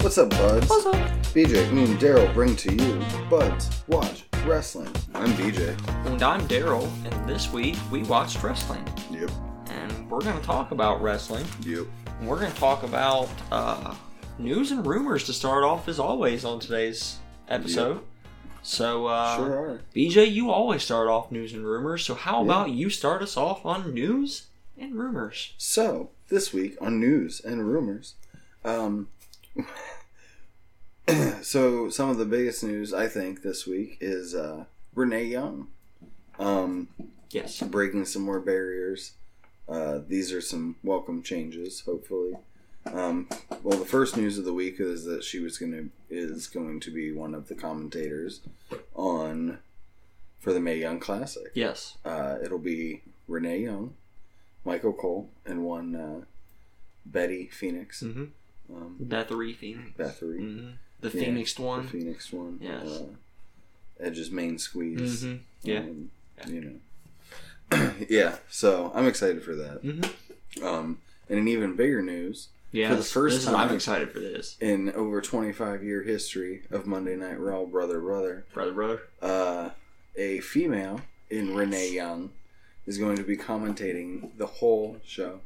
What's up, buds? What's up? BJ, I mean, Daryl bring to you Buds Watch Wrestling. I'm BJ. And I'm Daryl, and this week we watched wrestling. Yep, And we're going to talk about wrestling. yep. And we're going to talk about uh, news and rumors to start off, as always, on today's episode. So, uh, sure are. BJ, you always start off news and rumors. So, how Yeah. about you start us off on news and rumors? So, this week on news and rumors, um, so some of the biggest news I think this week is uh, Renee Young. Um, Yes. breaking some more barriers. Uh, these are some welcome changes, hopefully. Um, well, the first news of the week is that she was going to is going to be one of the commentators on for the May Young Classic. Yes. Uh, it'll be Renee Young, Michael Cole, and one uh, Betty Phoenix, Mm-hmm. um, Beth Phoenix. Beth Reed, hmm The Yeah, Phoenix the one. Phoenix one, Yes. uh, Edge's main squeeze. hmm Yeah. Um, You know. yeah. So I'm excited for that. Mm-hmm. Um, and in even bigger news, Yeah. For the first this is- I'm time- excited for this. in over 25 year history of Monday Night Raw, brother, brother, Brother, brother. uh, a female in Renee Young is going to be commentating the whole show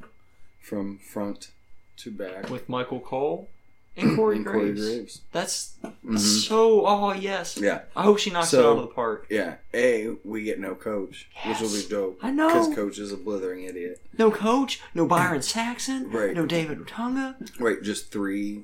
from front to back. With Michael Cole and Corey And Graves. Graves. That's Mhm. so. Oh yes. Yeah, I hope she knocks So- it out of the park. yeah. A, we get no coach, which will Yes. be dope. I Because know. coach is a blithering idiot. no coach. No Byron Saxon. Right. No David Otunga. Right, just three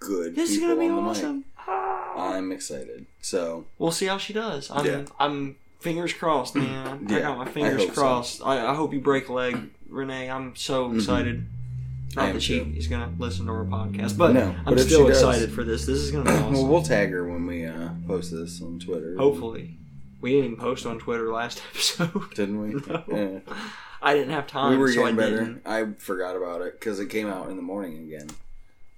good This is people gonna be on the mic. awesome. Ah. I'm excited. So We'll see how she does. I'm. Yeah. Mm. I'm fingers crossed, man. I Yeah, got my I fingers hope so. Mm-hmm. crossed. I, I hope you break a leg, Renee. I'm so excited. I Not am that she too. is gonna listen to our podcast, but No, I'm but if she still does- excited for this. This is gonna be awesome. Well, we'll tag her when we uh, post this on Twitter. Hopefully, we didn't even post on Twitter last episode. Didn't we? No. Yeah. I didn't have time. We were Um, so I getting better. Didn't. I forgot about it because it came out in the morning again.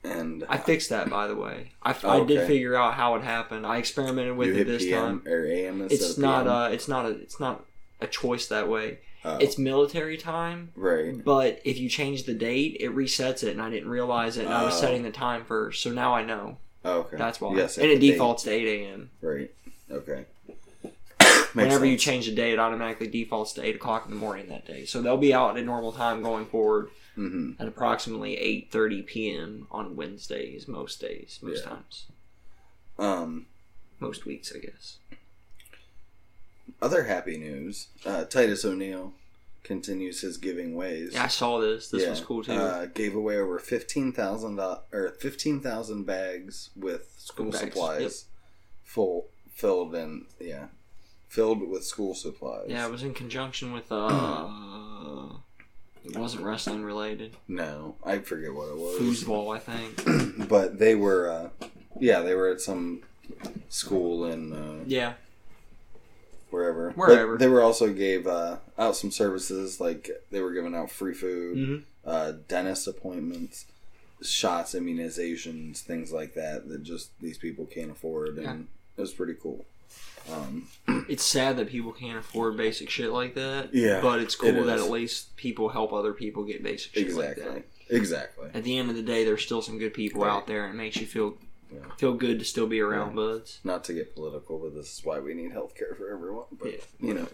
And I fixed that, by the way. I, Oh, I did okay. figure out how it happened. I experimented with you it hit this PM time. or AM instead It's of not PM. a, it's not a, it's not a choice that way. Oh, It's military time, right. but if you change the date, it resets it, and I didn't realize it. And I was Oh. setting the time first, so now I know. Oh, okay. That's why. Yes, and hit it the date. defaults to eight a.m. Right. Okay. Whenever you change the date, it automatically defaults to eight o'clock in the morning that day. So they'll be out at normal time going forward you. Mm-hmm. at approximately eight thirty p.m. on Wednesdays, most days, most Yeah. times, Um, most weeks, I guess. other happy news: uh, Titus O'Neil continues his giving ways. Yeah, I saw this. This Yeah, was cool too. Uh, gave away over fifteen thousand dollars or fifteen thousand bags with school Bags, supplies, full filled in yeah, filled with school supplies. yeah, it was in conjunction with uh, it wasn't wrestling related. no, I forget what it was, Foosball, I think. but they were, uh, yeah, they were at some school in uh, Yeah, wherever. But Wherever. they were also gave uh, out some services like they were giving out free food, Mhm. uh, dentist appointments. Shots, immunizations, things like that that just these people can't afford, and it was pretty cool. Um, it's sad that people can't afford basic shit like that. Yeah, but it's cool it that is. at least people help other people get basic shit exactly, like that. exactly. At the end of the day, there's still some good people Right. out there, and it makes you feel Yeah. feel good to still be around buds. Not to get political, but this is why we need healthcare for everyone. But Yeah. you know,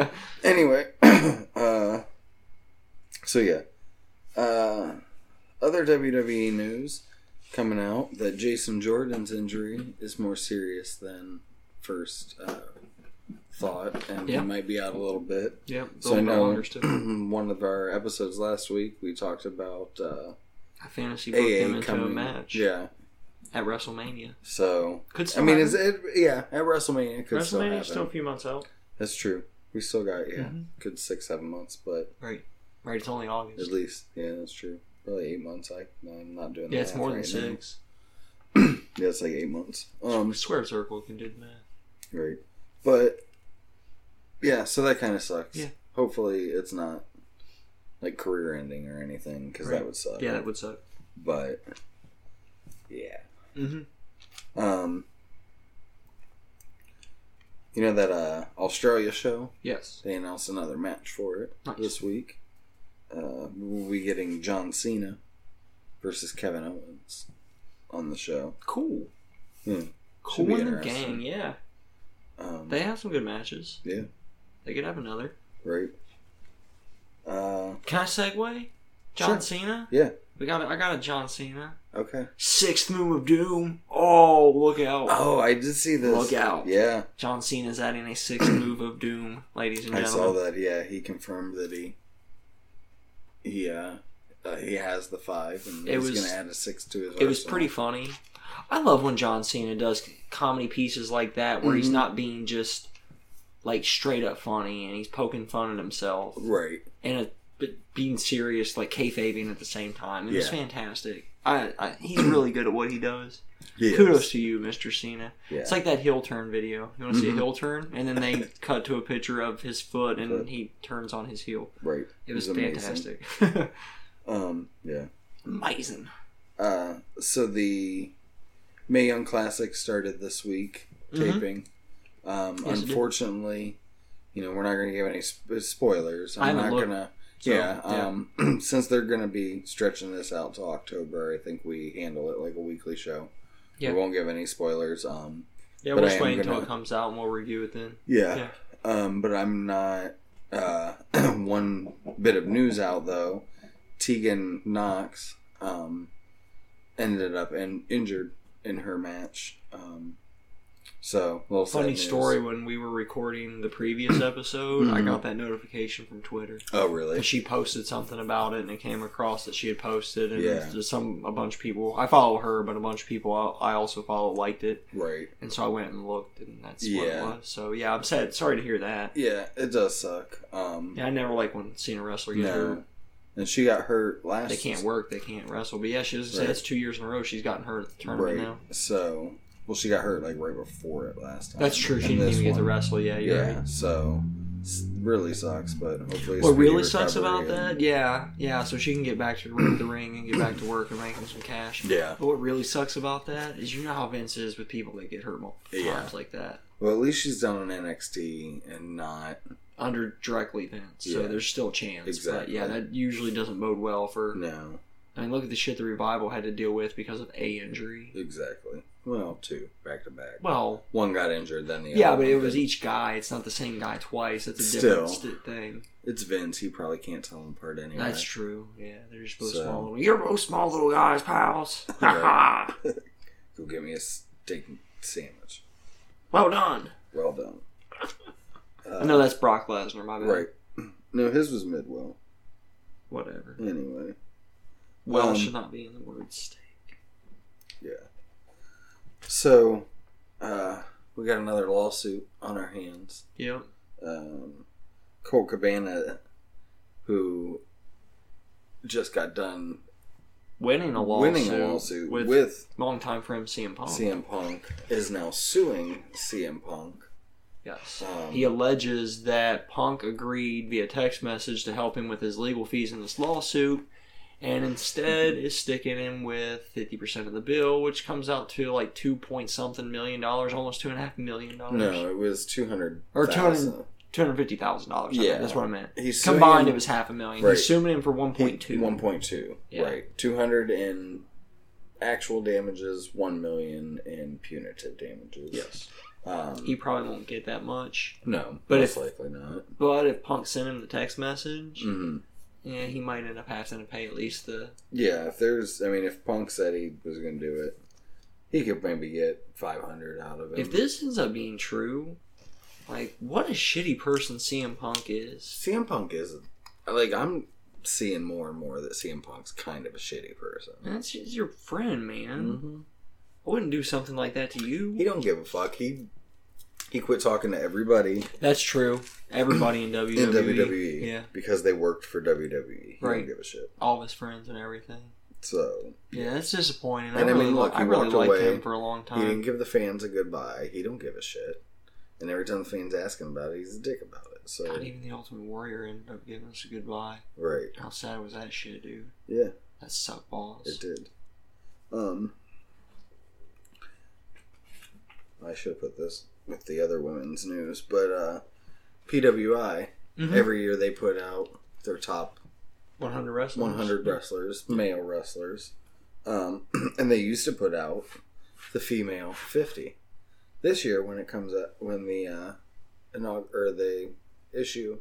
Um, anyway, uh, so yeah, uh, other WWE news coming out that Jason Jordan's injury is more serious than first uh, thought, and Yeah. he might be out a little bit. yep. So I Bill know Bonder's too. one of our episodes last week we talked about uh, I fantasy booked him AA into a coming. match Yeah, at WrestleMania. so Could I still mean, happen. is it? Yeah, at WrestleMania it could still happen. WrestleMania's still a few months out. That's true. We still got yeah, Mhm. good six seven months, but Right. Right. It's only August. at least yeah, that's true. Probably eight months. I I'm not doing. Yeah, the it's math more than right now. six. Yeah, it's like eight months. Um, Um, Square Circle can do the math. right, but yeah, so that kind of sucks. Yeah. Hopefully, it's not like career ending or anything because Right. that would suck. Yeah, that would suck. But yeah, Mm-hmm. um, you know that uh Australia show Yes. they announced another match for it Nice. this week. Uh, we'll be getting John Cena versus Kevin Owens on the show. Cool. Yeah. Hmm. Should be Cool in the interesting. gang, yeah. Um, They have some good matches. Yeah. They could have another. right. Uh, Can I segue? John Sure. Cena? Yeah. We got a, I got a John Cena. okay. Sixth move of doom. Oh, look out. Oh, I did see this. Look out. Yeah, John Cena's adding a sixth move of doom, ladies and I gentlemen. saw that. Yeah, he confirmed that he he uh, uh he has the five, and It he's was- gonna add a six to his. It was arsenal. pretty funny. I love when John Cena does comedy pieces like that where he's Mhm. not being just like straight up funny and he's poking fun at himself right. and uh but being serious like kayfabing at the same time. It was Yeah. fantastic. I, I he's really good at what he does. Yes. Kudos to you, Mr. Cena. Yeah. It's like that heel turn video. You want to see a Mhm. heel turn, and then they cut to a picture of his foot, and Foot. he turns on his heel. right. It was, It's amazing. fantastic, Um. Yeah. amazing. Uh, so the May Young Classic started this week Mhm. taping. Um, Yes, it did. unfortunately, you know we're not going to give any sp- spoilers. I I'm haven't not looked, going to. So, yeah. Um, since they're going to be stretching this out till October, I think we handle it like a weekly show. Yeah. We won't give any spoilers. Um, yeah, but we'll I just am wait until gonna- it comes out, and we'll review it then. yeah. Um, but I'm not. Uh, one bit of news out though, Tegan Knox um, ended up in, injured in her match. Um, so little sad Funny news. story when we were recording the previous episode, I Mhm. got that notification from Twitter. Oh And really? she posted something about it, and it came across that she had posted, and Yeah. just some a bunch of people. I follow her, but a bunch of people I, I also follow liked it, Right. and so I went and looked, and that's what it Yeah. was. So yeah, I'm sad. Sorry to hear that. Yeah, it does suck. Um, Yeah, I never like when seeing a wrestler get hurt. no. And she got hurt last. They can't work, they can't wrestle. But yeah, she doesn't say Right. that's two years in a row she's gotten hurt at the tournament Right. now. So well, she got hurt like right before it last time. That's true. She And didn't this even get to one- wrestle. Yeah, you're Yeah. right. So s- really sucks, but hopefully. a What speedy really sucks about recovery and- that? Yeah, yeah. So she can get back to the ring and get back to work and making some cash. Yeah. But what really sucks about that is you know how Vince is with people that get hurt multiple Yeah. times like that Well, at least she's done on NXT and not under directly Vince. So Yeah. there's still a chance. But Exactly. yeah, that usually doesn't bode well for. no, I mean, look at the shit the revival had to deal with because of a injury. exactly. Well, two back to back. Well, One got injured, then the Yeah, other. but one it was e-, didn't. each guy. It's not the same guy twice. That's a Still. different st- thing. It's Vince. He probably can't tell them apart anyway. That's true. Yeah, they're just both So. small. Little, You're both small little guys, pals. Ha Right. ha. Go get me a steak and sandwich. Well done. Well done. Uh, no, that's Brock Lesnar. My bad. right. No, his was Midwell. Whatever. Anyway, Well, Um, should not be in the word steak. so uh, we got another lawsuit on our hands. Yep. um, Colt Cabana, who just got done Winning a lawsuit. winning a lawsuit with, with, long longtime friend CM Punk. CM Punk, is now suing CM Punk. Yes. Um, He alleges that Punk agreed via text message to help him with his legal fees in this lawsuit, and instead is sticking him with fifty percent of the bill, which comes out to like two point something million dollars, almost two and a half million dollars. No, it was two hundred Or 200 two hundred fifty thousand dollars. Yeah, Yeah. that's what I meant. He's Combined, it was half a million. Right. He's suing him for one point two. One point two. Yeah. Right. Two hundred in actual damages, one million in punitive damages. Yes, Um, he probably won't get that much. no, But but most if- likely not. But if Punk sent him the text message, Mhm. yeah, he might end up having to pay at least the Yeah, if there's, I mean, if Punk said he was going to do it, he could maybe get 500 out of it. If this ends up being true, like what a shitty person CM Punk is. CM Punk is, like, I'm seeing more and more that CM Punk's kind of a shitty person. That's just your friend, man. Mm-hmm. I wouldn't do something like that to He you. don't give a fuck. He he quit talking to everybody That's true. Everybody in WWE, in E. WWE E. yeah, because they worked for WWE. He Right. don't give a shit. all of his friends and everything. So Yeah, that's disappointing. I, And I really, mean, li- look, he I really walked liked away. him for a long he didn't time. give the fans a goodbye. He don't give a shit. And every time the fans ask him about it, he's a dick about it. So God, even the Ultimate Warrior ended up giving us a goodbye. right, How sad was that shit, dude? yeah. That sucked balls. It did. Um, I should have put this with the other women's news, but uh, PWI Mhm. every year they put out their top 100 wrestlers. 100 wrestlers, male wrestlers. Um, and they used to put out the female 50. This year, when it comes up, when the uh, inaug- or the issue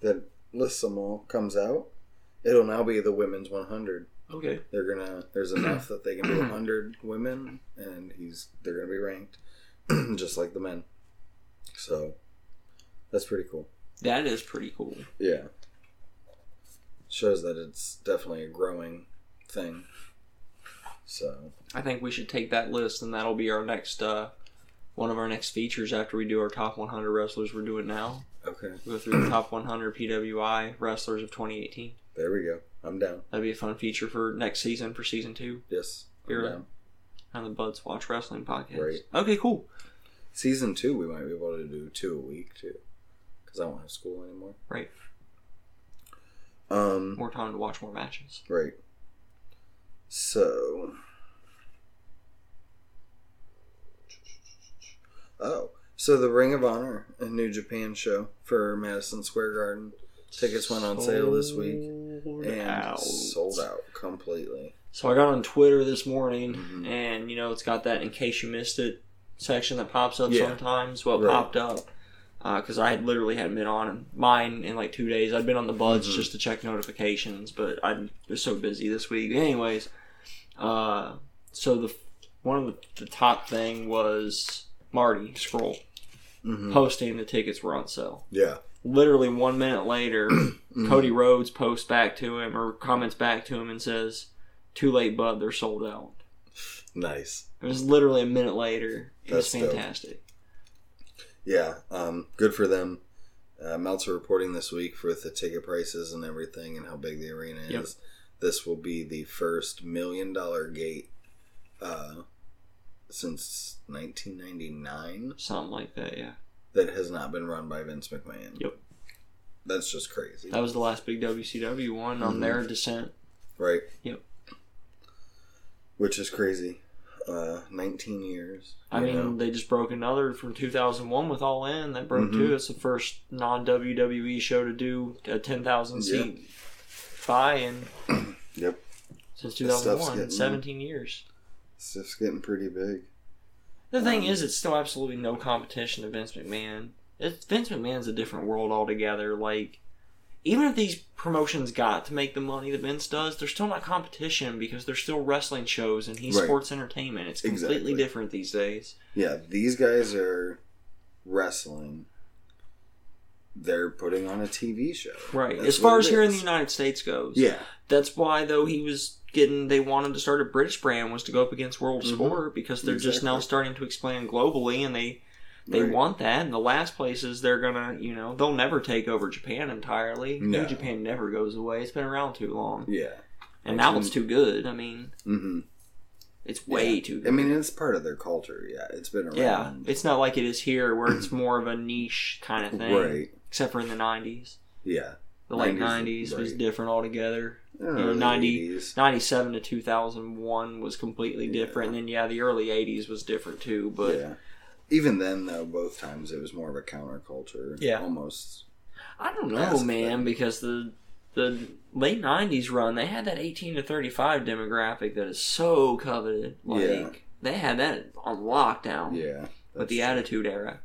that lists them all comes out, it'll now be the women's 100. Okay. They're gonna. There's enough that they can be 100 women, and he's they're gonna be ranked just like the men. So that's pretty cool. That is pretty cool. Yeah. Shows that it's definitely a growing thing. So, I think we should take that list, and that'll be our next uh, one of our next features after we do our top 100 wrestlers we're doing now. okay. Go through the top 100 PWI wrestlers of 2018. There we go. I'm down. That'd be a fun feature for next season for season two Yes. I'm You're down. on the Buds Watch Wrestling podcast. Right. Okay, cool. Season two, we might be able to do two a week, too. Because I won't have school anymore. Right. Um, More time to watch more matches. right. So. Oh. So, the Ring of Honor and New Japan show for Madison Square Garden. Tickets went on sale this week Sold and out. sold out completely. So I got on Twitter this morning, Mhm. and you know it's got that in case you missed it section that pops up Yeah. sometimes. What Right. popped up because I had literally hadn't been on mine in like two days. I'd been on the buds Mhm. just to check notifications, but I was so busy this week. Anyways, uh, so the one of the, the top thing was Marty Scroll Mm-hmm. posting the tickets were on sale. Yeah. Literally one minute later. Mhm. Cody Rhodes posts back to him or comments back to him and says, "Too late, bud. They're sold out." Nice. It was literally a minute later. It was That's dope. fantastic. Yeah. Um, good for them. Uh, Meltzer reporting this week with the ticket prices and everything and how big the arena is. Yep. This will be the first million dollar gate uh, since 1999 Something like that. Yeah, that has not been run by Vince McMahon. Yep. That's just crazy. that was the last big WCW one on Mhm. their descent. Right. Yep. Which is crazy. Uh, 19 years. I you mean, know? they just broke another from 2001 with All In. That broke Mhm. two. It's the first non WWE show to do a 10,000 Yeah. seat buy in Yep. since stuff's 2001. getting- 17 years. It's just getting pretty big. The thing Um, is, it's still absolutely no competition to Vince McMahon. It's, Vince McMahon's a different world altogether. Like, even if these promotions got to make the money that Vince does, they're still not competition because they're still wrestling shows and he's Right. sports entertainment. It's completely Exactly. different these days. Yeah, these guys are wrestling. They're putting on a TV show. Right. That's as far what as it here in the is. United States goes, Yeah. that's why though he was getting they wanted to start a British brand was to go up against World Mhm. Sport because they're just now Exactly. starting to expand globally and they They right. want that, and the last places they're gonna, you know, they'll never take over Japan entirely. No. New Japan never goes away. It's been around too long, Yeah. and now it's too good. I mean, hmm it's way Yeah. too I good. mean, it's part of their culture. Yeah, it's been around. yeah, it's not like it is here where it's more of a niche kind of thing. right. Except for in the '90s, Yeah. the late 90s, '90s was right. different altogether. I don't know, the 90 80s. '97 to 2001 was completely different, and then yeah, the early '80s was different too. But yeah. Even then, though, both times it was more of a counterculture. Yeah. Almost. I don't Ask know, them. man, because the the late '90s run, they had that 18 to 35 demographic that is so coveted. Like Yeah. they had that on lockdown Yeah. with the That's- Attitude Era.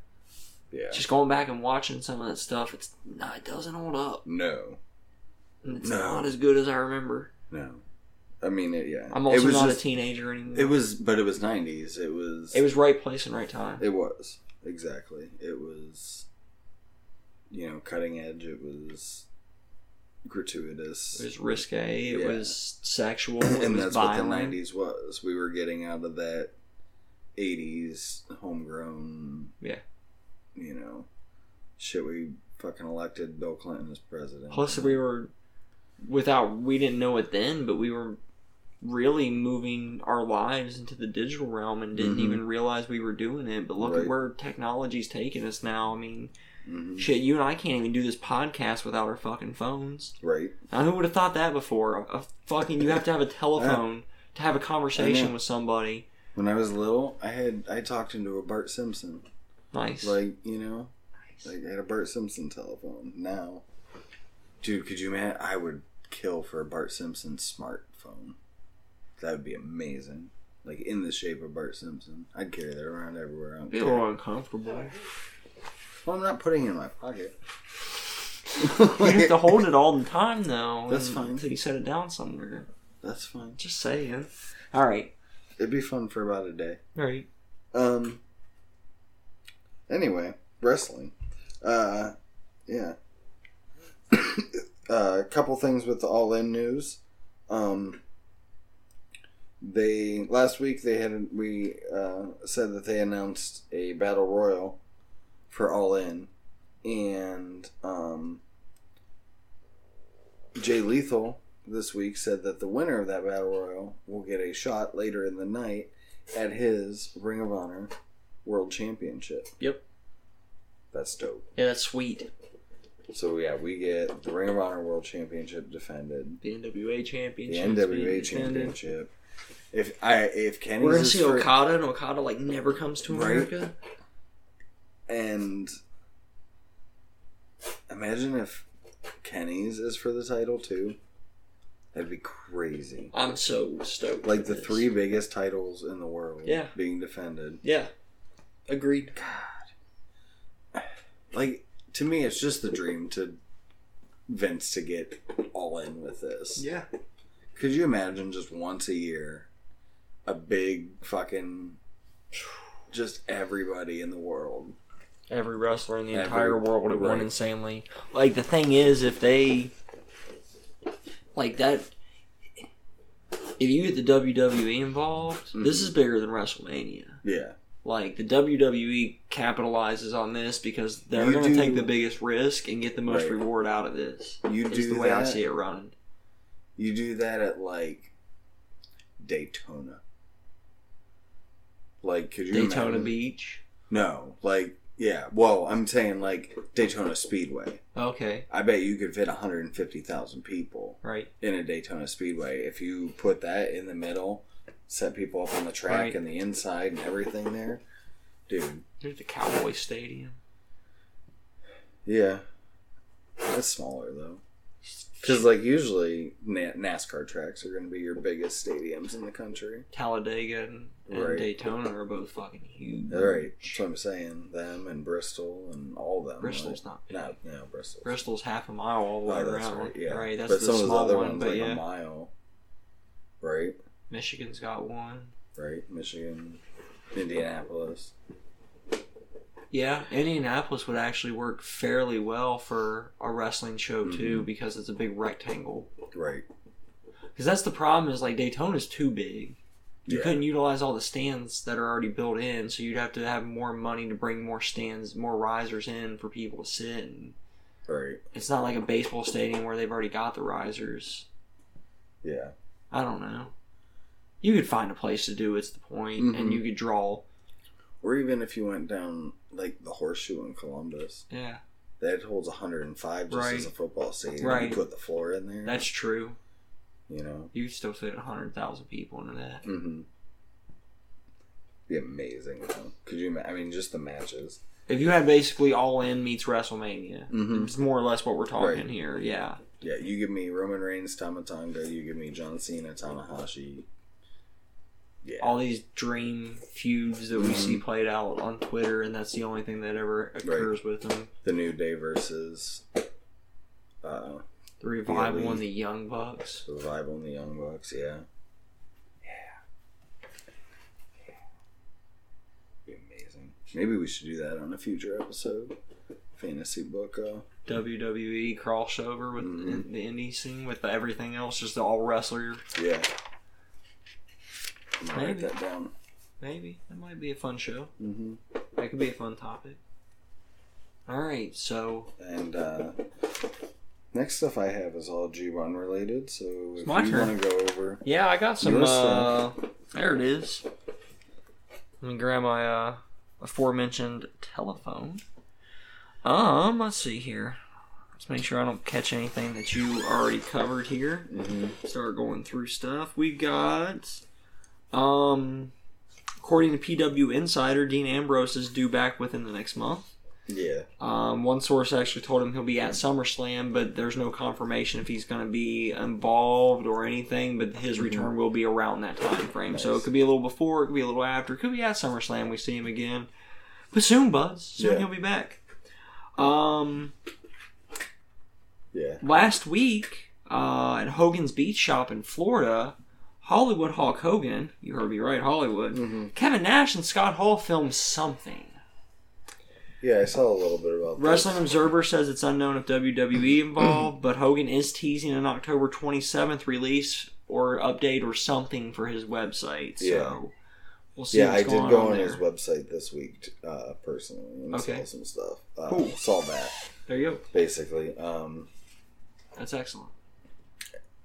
Yeah. Just going back and watching some of that stuff, it's no, it doesn't hold up. No. And It's No. not as good as I remember. No. I mean, it, yeah. I'm also it was not just- a teenager anymore. It was, but it was 90s. It was. it was right place and right time. It was exactly. It was, you know, cutting edge. It was gratuitous, It was risque. It Yeah. was sexual. It and was that's violent. what the '90s was. We were getting out of that '80s homegrown, Yeah. you know, shit. We fucking elected Bill Clinton as president. Plus, we were without we didn't know it then, but we were really moving our lives into the digital realm and didn't Mhm. even realize we were doing it. But look Right. at where technology's taking us now. I mean, Mhm. shit, you and I can't even do this podcast without our fucking phones. right? Now, who would have thought that before? A, a fucking you have to have a telephone to have a conversation with somebody. When I was little, I had I talked into a Bart Simpson, Nice. like you know, Nice. Like I had a Bart Simpson telephone. Now, dude, could you man? I would kill for a Bart Simpson smartphone. That would be amazing. Like in the shape of Bart Simpson. I'd carry that around everywhere. I don't Be a care. little uncomfortable. Well, I'm not putting it in my pocket. You have to hold it all the time, though. That's and- fine. Until you set it down somewhere. That's fine. Just saying. All right. It'd be fun for about a day. All right. Um. Anyway, wrestling. Uh, yeah. uh, a couple things with the All In news. Um, they last week they had we uh, said that they announced a battle royal for All In, and um, Jay Lethal this week said that the winner of that battle royal will get a shot later in the night at his Ring of Honor World Championship. Yep. That's dope. Yeah, that's sweet. So yeah, we get the Ring of Honor World Championship defended, The NWA the championship. NWA Championship. If I if Kenny's We're gonna is see for- Okada, and Okada like never comes to Right. America. and imagine if Kenny's is for the title too, that'd be crazy. I'm so stoked. Like for the this. three biggest titles in the world, Yeah. being defended. Yeah. Agreed. Like to me, it's just the dream to Vince to get all in with this. Yeah. Could you imagine just once a year, a big fucking, just everybody in the world? Every wrestler in the Every- entire world would have right. won insanely. Like the thing is, if they like that, if you get the WWE involved, Mm-hmm. this is bigger than WrestleMania. Yeah, Like the WWE capitalizes on this because they're You going do- to take the biggest risk and get the most Right. reward out of this. you Is do the way that. I see it running. You do that at like Daytona. Like, could you Daytona imagine- Beach. No, like, yeah. Well, I'm saying like Daytona Speedway. Okay, I bet you could fit 150,000 people right. in a Daytona Speedway if you put that in the middle, set people up on the track Right. and the inside and everything there, dude. There's the Cowboy Stadium. Yeah, that's smaller though. Because like usually Na- NASCAR tracks are going to be your biggest stadiums in the country. Talladega and, and Right. Daytona are both fucking huge. All right, that's what I'm saying. Them and Bristol and all them. Bristol's not big. right? no, no, Bristol. Bristol's half a mile all the way Oh, that's around. right. Right, Yeah, that's the of those small one, but like yeah, a mile. Right, Michigan's got one. right. Michigan, Indianapolis. Yeah, Indianapolis would actually work fairly well for a wrestling show too Mm-hmm. because it's a big rectangle. Right. Because that's the problem is like Daytona's too big. You Yeah. couldn't utilize all the stands that are already built in, so you'd have to have more money to bring more stands, more risers in for people to sit. And Right. it's not like a baseball stadium where they've already got the risers. Yeah. I don't know. You could find a place to do it's the point, Mhm. and you could draw. Or even if you went down like the horseshoe in Columbus, Yeah, that holds 105 just as Right. a football stadium. Right. You put the floor in there. that's true. you know. You could still fit hundred thousand people into that. Mm-hmm. Be amazing. Though. Could you? ima- I mean, just the matches. If you had basically all in meets WrestleMania, Mhm. it's more or less what we're talking Right. here. Yeah, Yeah, you give me Roman Reigns, Tamatanga. You give me John Cena, Tanahashi. Yeah. all these dream feuds that we Mm-hmm. see played out on Twitter, and that's the only thing that ever occurs with them. the New Day versus uh, The revival Elite. and the Young Bucks. Revival and the Young Bucks. Yeah. Yeah. Be amazing. Maybe we should do that on a future episode. Fantasy book. Uh, WWE E crossover with Mhm. the indie scene with everything else, just the all wrestler. yeah. I'm gonna write Maybe. that down. Maybe that might be a fun show. Mm-hmm. That could be a fun topic. All right, so And uh, next stuff I have is all G1 related, so if my you turn. want to go over, yeah, I got some. Your Uh, there it is. Let me grab my uh, aforementioned telephone. Um, let's see here. Let's make sure I don't catch anything that you already covered here. Mm-hmm. Start going through stuff. We got, um, according to PW Insider, Dean Ambrose is due back within the next month. Yeah. Um, one source actually told him he'll be at SummerSlam, but there's no confirmation if he's going to be involved or anything. But his return will be around that time frame, so Mm-hmm. Nice. it could be a little before, it could be a little after, it could be at SummerSlam we see him again. But soon, Buzz, soon Yeah. he'll be back. Um, Yeah. last week uh, at Hogan's Beach Shop in Florida, Hollywood Hulk Hogan, you heard me right, Hollywood, hmm Kevin Nash and Scott Hall filmed something. Yeah, I saw a little bit about this. Wrestling Observer says it's unknown if WWE involved, but Hogan is teasing an October 27th release or update or something for his website. So Yeah. we'll see. Yeah, what's I did going go on, on, there. his website this week uh, personally and Okay. saw some stuff. Uh, Cool. Saw that There you go. basically. Um, That's excellent.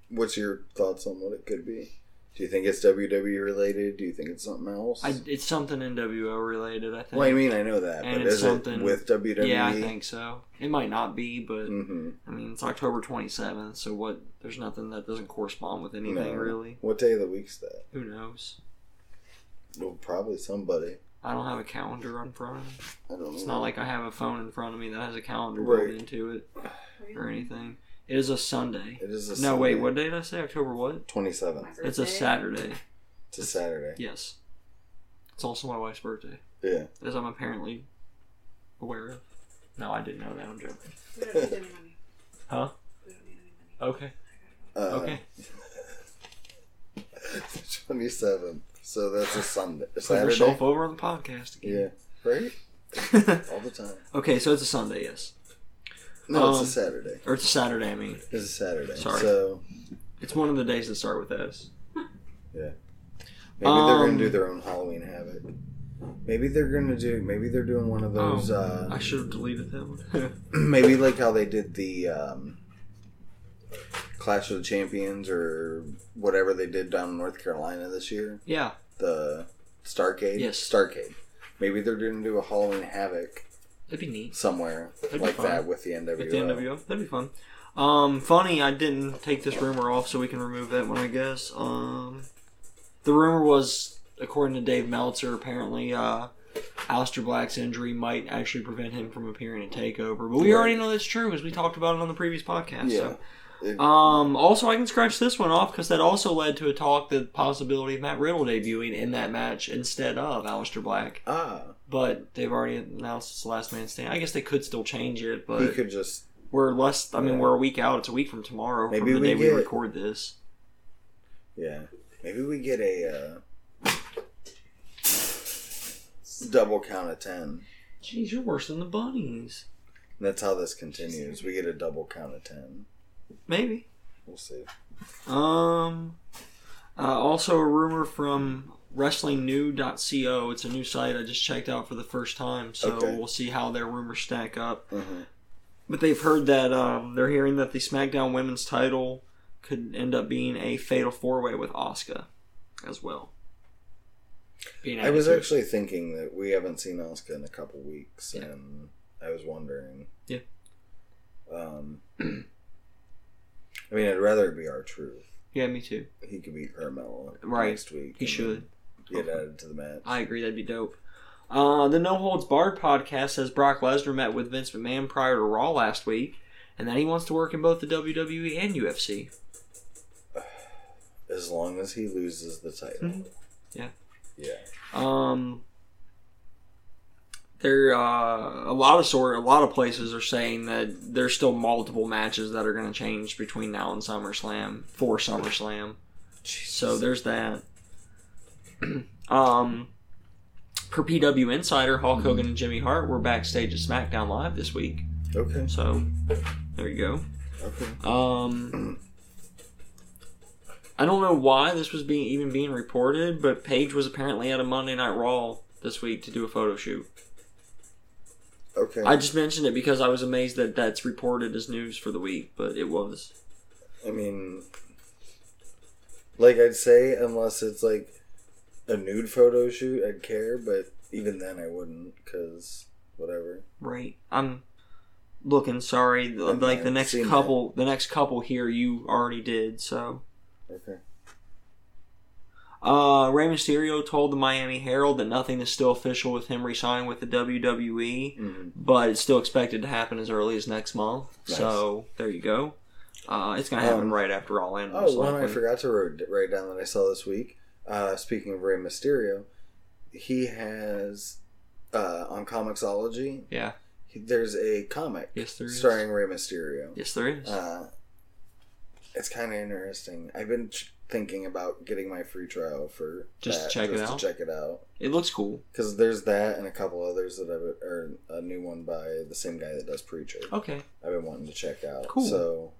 what's your thoughts on what it could be? Do you think it's WWE related? Do you think it's something else? I, it's something NWO related, I think. well, I mean, I know that, And but it's is something- it with E? WWE? yeah, I think so. It might not be, but hmm I mean, it's October 27th, so what? There's nothing that doesn't correspond with anything, No. really. What day of the week's that? Who knows? Well, probably somebody. I don't have a calendar in front of me. I don't It's know. not like I have a phone in front of me that has a calendar Right. built into it or anything. It is a Sunday. it is a no, wait, Sunday. what day did I say? October what? 27th. It's a Saturday. It's a Saturday. Yes. It's also my wife's birthday, Yeah. as I'm apparently aware of. No, I didn't know that. I'm joking. We don't need any money. Huh? We don't need any money. Okay. Uh, Okay. 27th. So that's a Sunday. Put Saturday. yourself over on the podcast Yeah. again. Right? All the time. okay, so it's a Sunday, yes. No, Um, it's a Saturday. Or it's a Saturday, I mean. It's a Saturday. Sorry. So It's one of the days that start with S. maybe they're Um, gonna do their own Halloween habit. Maybe they're gonna do. Maybe they're doing one of those. Oh, I uh, should have deleted that one. maybe like how they did the um, Clash of the Champions or whatever they did down in North Carolina this year. yeah. The Starcade. Yes. Starcade. Maybe they're gonna do a Halloween havoc That'd be neat. somewhere be like fun. that with the NWO. At the NWO. That'd be fun. Um, funny, I didn't take this rumor off, so we can remove that one, I guess. Um, the rumor was, according to Dave Meltzer, apparently uh, Alistair Black's injury might actually prevent him from appearing at TakeOver. But we Right. already know that's true, because we talked about it on the previous podcast. Yeah. So. It- Um, also, I can scratch this one off because that also led to a talk the possibility of Matt Riddle debuting in that match instead of Aleister Black. ah, But they've already announced it's the last man standing. I guess they could still change it, he but could just we're less. I mean, Yeah. we're a week out. It's a week from tomorrow Maybe from the we day we get- record this. Yeah. Maybe we get a uh, double count of 10. Jeez, you're worse than the bunnies. That's how this continues. We get a double count of 10. Maybe. We'll see. Um. Uh, also, a rumor from WrestlingNew.co. It's a new site I just checked out for the first time, so Okay. we'll see how their rumors stack up. Mhm. But they've heard that um, they're hearing that the SmackDown Women's title could end up being a fatal four way with Oscar as well. Being I was added to it. actually thinking that we haven't seen Asuka in a couple weeks, Yeah. and I was wondering. Yeah. Um, I mean, I'd rather it be our truth. yeah, me too. He could beat Carmella Right. next week. He and should. Get added to the match. I agree. That'd be dope. Uh, the No Holds Barred podcast says Brock Lesnar met with Vince McMahon prior to Raw last week, and that he wants to work in both the WWE and UFC. As long as he loses the title. Yeah. Yeah. Um, there, uh, a lot of sort, a lot of places are saying that there's still multiple matches that are going to change between now and SummerSlam for SummerSlam. So there's that. um, per PW Insider, Hulk Hogan and Jimmy Hart were backstage at SmackDown Live this week. Okay. So there you go. Okay. Um, I don't know why this was being even being reported, but Paige was apparently at a Monday Night Raw this week to do a photo shoot. Okay. I just mentioned it because I was amazed that that's reported as news for the week, but it was. I mean, like I'd say, unless it's like a nude photo shoot, I'd care. But even then, I wouldn't because whatever. Right. I'm looking sorry. th- Okay, Like the I've next seen couple, the next couple here, you already did. So, Okay. Uh, Rey Mysterio told the Miami Herald that nothing is still official with him resigning with the E. WWE, Mhm. but it's still expected to happen as early as next month. Nice. So there you go. Uh, it's gonna happen Um, right after All In. most Oh, one I likely. forgot to write, write down that I saw this week. Uh, speaking of Rey Mysterio, he has uh, on Comixology. Yeah. he- There's a comic Yes, there is. starring Rey Mysterio. Yes, there is. Uh, it's kind of interesting. I've been ch- thinking about getting my free trial for Just to that, check it just out? To check it out, it looks cool. because there's that and a couple others that I've or a new one by the same guy that does Preacher. Okay. I've been wanting to check out. Cool. So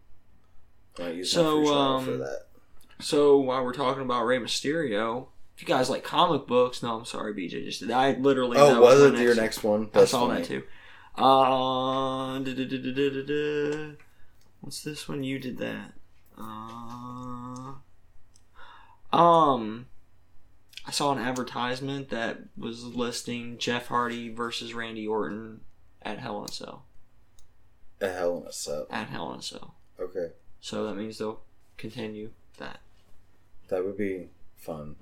I might use So, my free trial for um, that. So while we're talking about Rey Mysterio, if you guys like comic books, no, I'm sorry, BJ, just I literally. Oh, that was my it your next one? I saw that too. Uh, du-du-du-du-du-du-du. what's this one? You did that. Uh, um, I saw an advertisement that was listing Jeff Hardy versus Randy Orton at Hell in a Cell. A hell in a cell. At Hell in a Cell. Okay, So that means they'll continue that. that would be fun.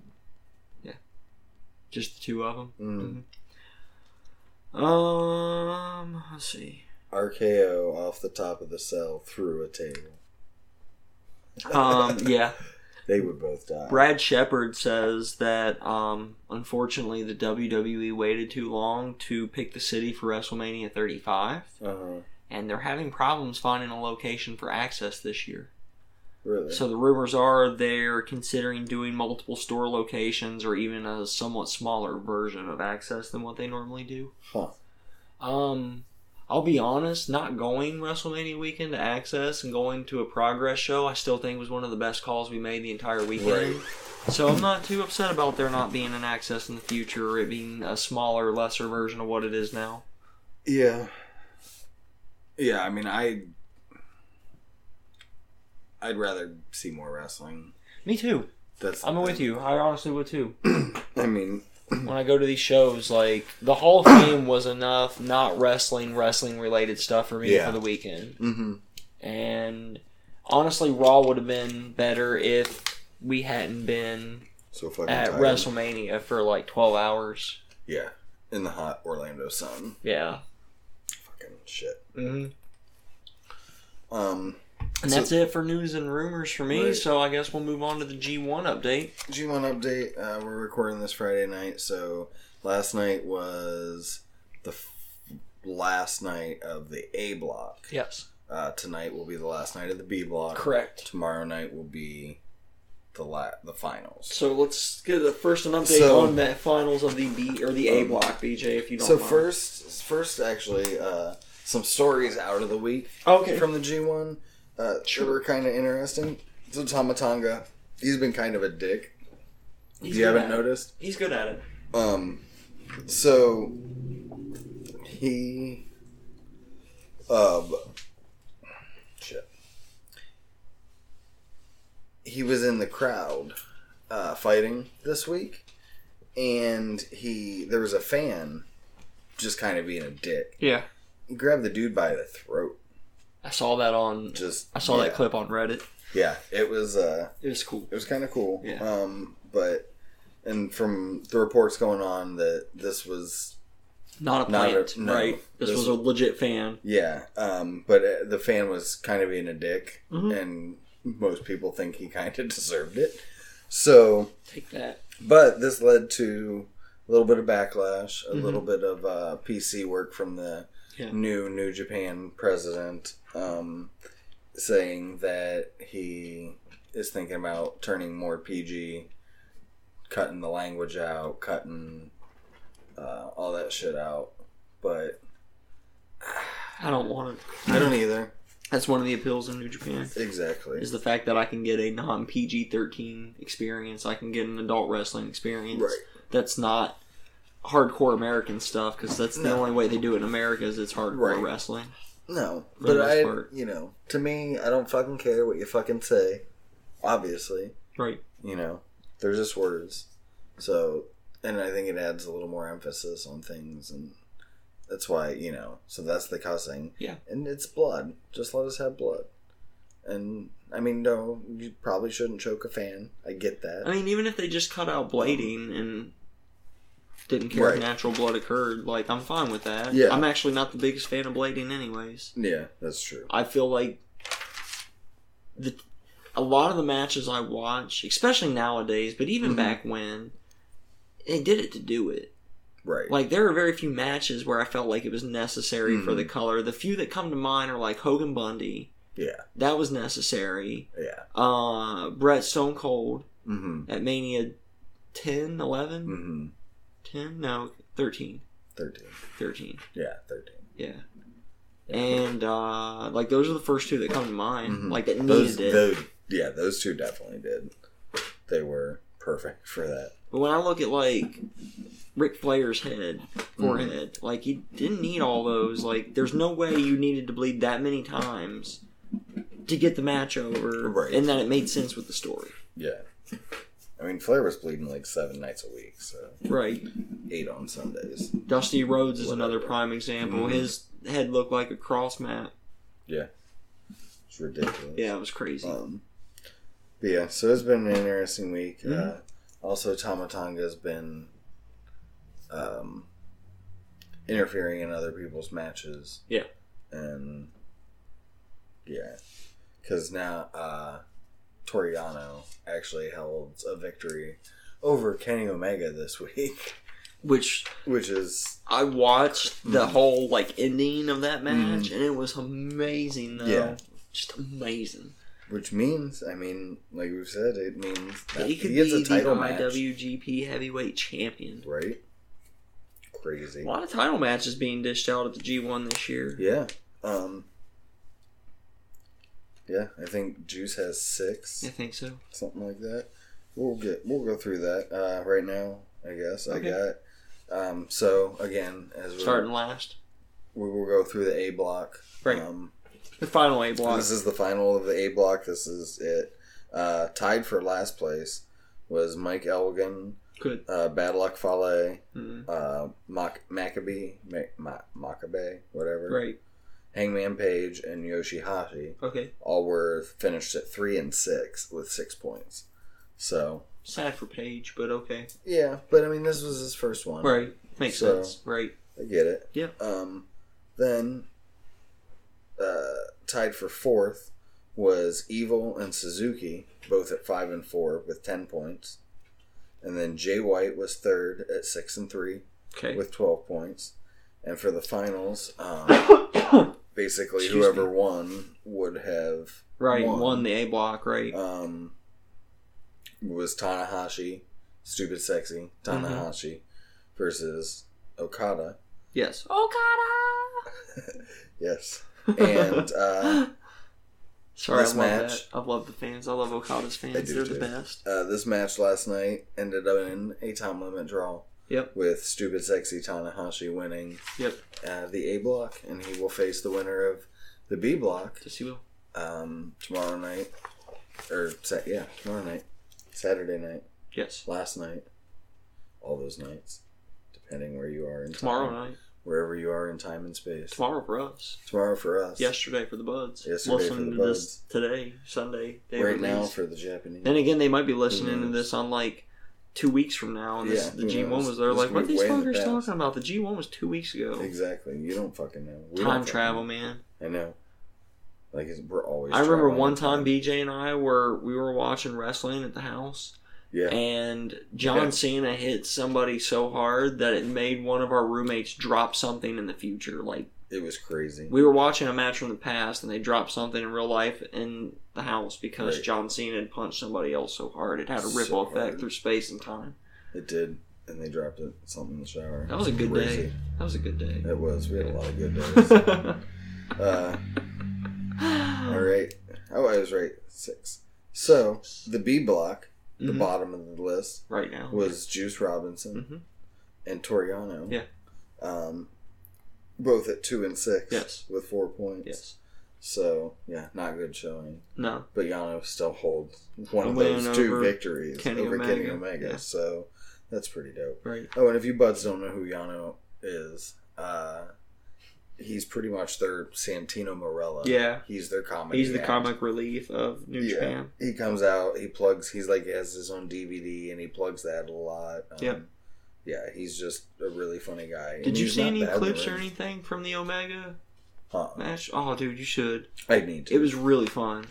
Just the two of them. Mm-hmm. Mm. Um, let's see. RKO off the top of the cell through a table. Um, yeah. They would both die. Brad Shepard says that um, unfortunately the WWE waited too long to pick the city for WrestleMania 35, Uh-huh. and they're having problems finding a location for access this year. Really? So the rumors are they're considering doing multiple store locations or even a somewhat smaller version of access than what they normally do. huh. Um, I'll be honest, not going WrestleMania weekend to Access and going to a Progress show, I still think was one of the best calls we made the entire weekend. So I'm not too upset about there not being an Access in the future or it being a smaller, lesser version of what it is now. Yeah. Yeah, I mean, I. I'd rather see more wrestling. Me too. That's. I'm with you. I honestly would too. I mean, When I go to these shows, like the Hall of Fame was enough, not wrestling, wrestling related stuff for me Yeah. for the weekend. mm-hmm. And honestly, Raw would have been better if we hadn't been so fucking at tired. WrestleMania for like 12 hours. Yeah, in the hot Orlando sun. Yeah. Fucking shit. hmm Um, And So- that's it for news and rumors for me. Right. So I guess we'll move on to the G1 update. G1 update. Uh, we're recording this Friday night, so last night was the f- last night of the A block. Yes. Uh, tonight will be the last night of the B block. Correct. Tomorrow night will be the la- the finals. So let's get a first an update So- Um, on that finals of the B or the A block, BJ, if you don't So mind. first, first actually, uh, some stories out of the week Okay. from the G one uh, Sure. that were kind of interesting. So Tomatonga, he's been kind of a dick. He's you good haven't at it. noticed. He's good at it. Um, so he, um, shit. He was in the crowd uh, fighting this week, and he there was a fan just kind of being a dick. Yeah. He grabbed the dude by the throat. I saw that on. Just I saw yeah. that clip on Reddit. Yeah, it was. Uh, It was cool. it was kind of cool. Yeah. Um, but and from the reports going on that this was Not a Not a- plant, no. right? This, This- was a legit fan. Yeah, um, but uh, the fan was kind of being a dick, Mhm. and most people think he kind of deserved it. So, Take that. but this led to a little bit of backlash, a little bit of uh, PC work from the Yeah. new New Japan president, um, saying that he is thinking about turning more PG, cutting the language out, cutting uh, all that shit out. But I don't want it. I don't either. That's one of the appeals in New Japan. Exactly. is the fact that I can get a non PG 13 experience. I can get an adult wrestling experience. Right. That's not hardcore American stuff because that's the No. only way they do it in America is it's hardcore Right. wrestling. No, For but the most I, part. you know, to me, I don't fucking care what you fucking say. Obviously, Right. you know, they're just words. So, and I think it adds a little more emphasis on things, and that's why you know. So that's the cussing. Yeah. and it's blood. Just let us have blood. And I mean, no, you probably shouldn't choke a fan. I get I that. mean, even if they just cut out blading and didn't care Right. if natural blood occurred, like I'm fine with that. Yeah. I'm actually not the biggest fan of blading, anyways. Yeah, that's true. I feel like the a lot of the matches I watch, especially nowadays, but even Mhm. back when, they did it to do it. Right. Like there are very few matches where I felt like it was necessary for Mhm. the color. The few that come to mind are like Hogan Bundy. Yeah. That was necessary. Yeah. Uh Brett Stone Cold Mm-hmm. at Mania 10, 11, Mm-hmm. 10, no, 13, Thirteen. 13. Yeah, thirteen. Yeah. And uh like those are the first two that come to mind. Mhm. Like that needed Those, it. those, yeah, those two definitely did. They were perfect for that. But when I look at like Ric Flair's head, Mm-hmm. forehead, like you didn't need all those. Like there's no way you needed to bleed that many times to get the match over, Right. and that it made sense with the story. Yeah. I mean, Flair was bleeding like seven nights a week, so Right. eight on Sundays. Dusty Rhodes is another prime example. Mhm. His head looked like a cross map. It's ridiculous. Yeah, it was crazy. Um, but yeah, so it's been an interesting week. Uh, Mhm. also, Tomatonga has been um, interfering in other people's matches. Yeah. And yeah, because now uh, Toriano actually held a victory over Kenny Omega this week, Which which is I watched the Mhm. whole like ending of that match, and it was amazing. Though. Mm-hmm. Yeah. Just amazing. which means I mean, like we've said, it means that he he, could gets be a title the match, IWGP Heavyweight Champion. right? Crazy. A lot of title matches being dished out at the G1 this year. Yeah. Um Yeah, I think Juice has six, I think so. something like that. We'll get we'll go through that uh, right now. I guess Okay. I got. Um, so again, as we Starting last. we will go through the A block. Right. Um, The final A block. This is the final of the A block. This is it. Uh, tied for last place was Mike Elgin, Good. uh, Bad Luck Fale, Mm, uh, Mac- Maccabee, Mac- Mac- Maccabee, whatever, right. Hangman Page, and Yoshihashi. Okay. all were finished at three and six with six points. So Sad for Paige, but okay. yeah, but I mean this was his first one. Right. Makes So- sense. Right. I get it. Yeah. Um, then uh, tied for fourth was Evil and Suzuki, both at five and four with ten points, and then Jay White was third at six and three Okay. with twelve points, and for the finals, um, basically Excuse whoever me. won would have right. one. Won. the A block, right? um, was Tanahashi, stupid sexy Tanahashi, Mm-hmm. versus Okada. yes. Okada! Yes, and uh, Sorry, This I love match- that. I love the fans. I love Okada's I fans. do They're too. the best. uh, this match last night ended up in a time limit draw. Yep. With stupid sexy Tanahashi winning Yep. uh, the A block, and he will face the winner of the B block Yes, you will. um, tomorrow night, or sa- yeah, tomorrow night, Saturday night, Yes. last night, all those nights, depending where you are in Tomorrow time. night. wherever you are in time and space. Tomorrow for us. Tomorrow for us. Yesterday for the Buds. Yesterday for Listening the to this today, Sunday. day Right now release. for the Japanese. Then again, they might be listening to knows? this on like two weeks from now, and this, Yeah, the who G one knows? was there. This Like, could what be these way in the fuckers past. talking about? The G one was two weeks ago. Exactly. You don't fucking know. We don't Time fucking travel, know. man. I know. Like it's, we're always. I remember traveling one in time BJ and I were we were watching wrestling at the house, Yeah. and John Yeah. Cena hit somebody so hard that it made one of our roommates drop something in the future. Like It was crazy. we were watching a match from the past, and they dropped something in real life in the house because Right. John Cena had punched somebody else so hard it had a So ripple effect hard. through space and time. It did, and they dropped it something in the shower. That was a good Crazy. day. That was a good day. It was. We had a lot of good days. uh, all right. Oh, I was right. Six. So the B block, the Mhm. bottom of the list, right now. was Juice Robinson. hmm and Toriano. Yeah. Um, both at two and six. Yes. With four points. Yes. So yeah, not good showing. No. But Yano still holds one A of win those two over victories Kenny over Kenny Omega. Omega. Yeah. So that's pretty dope. Right. Oh, and if you buds don't know who Yano is, uh, he's pretty much their Santino Morella. Yeah. he's their comedy. He's the act. comic relief of New Yeah. Japan. He comes out. He plugs. He's like he has his own DVD, and he plugs that a lot. Um, Yep. Yeah, he's just a really funny guy. and Did you he's see not any bad in the clips or ring. anything from the Omega Uh-uh. match? Oh, dude, you should. I need to. It was really fun.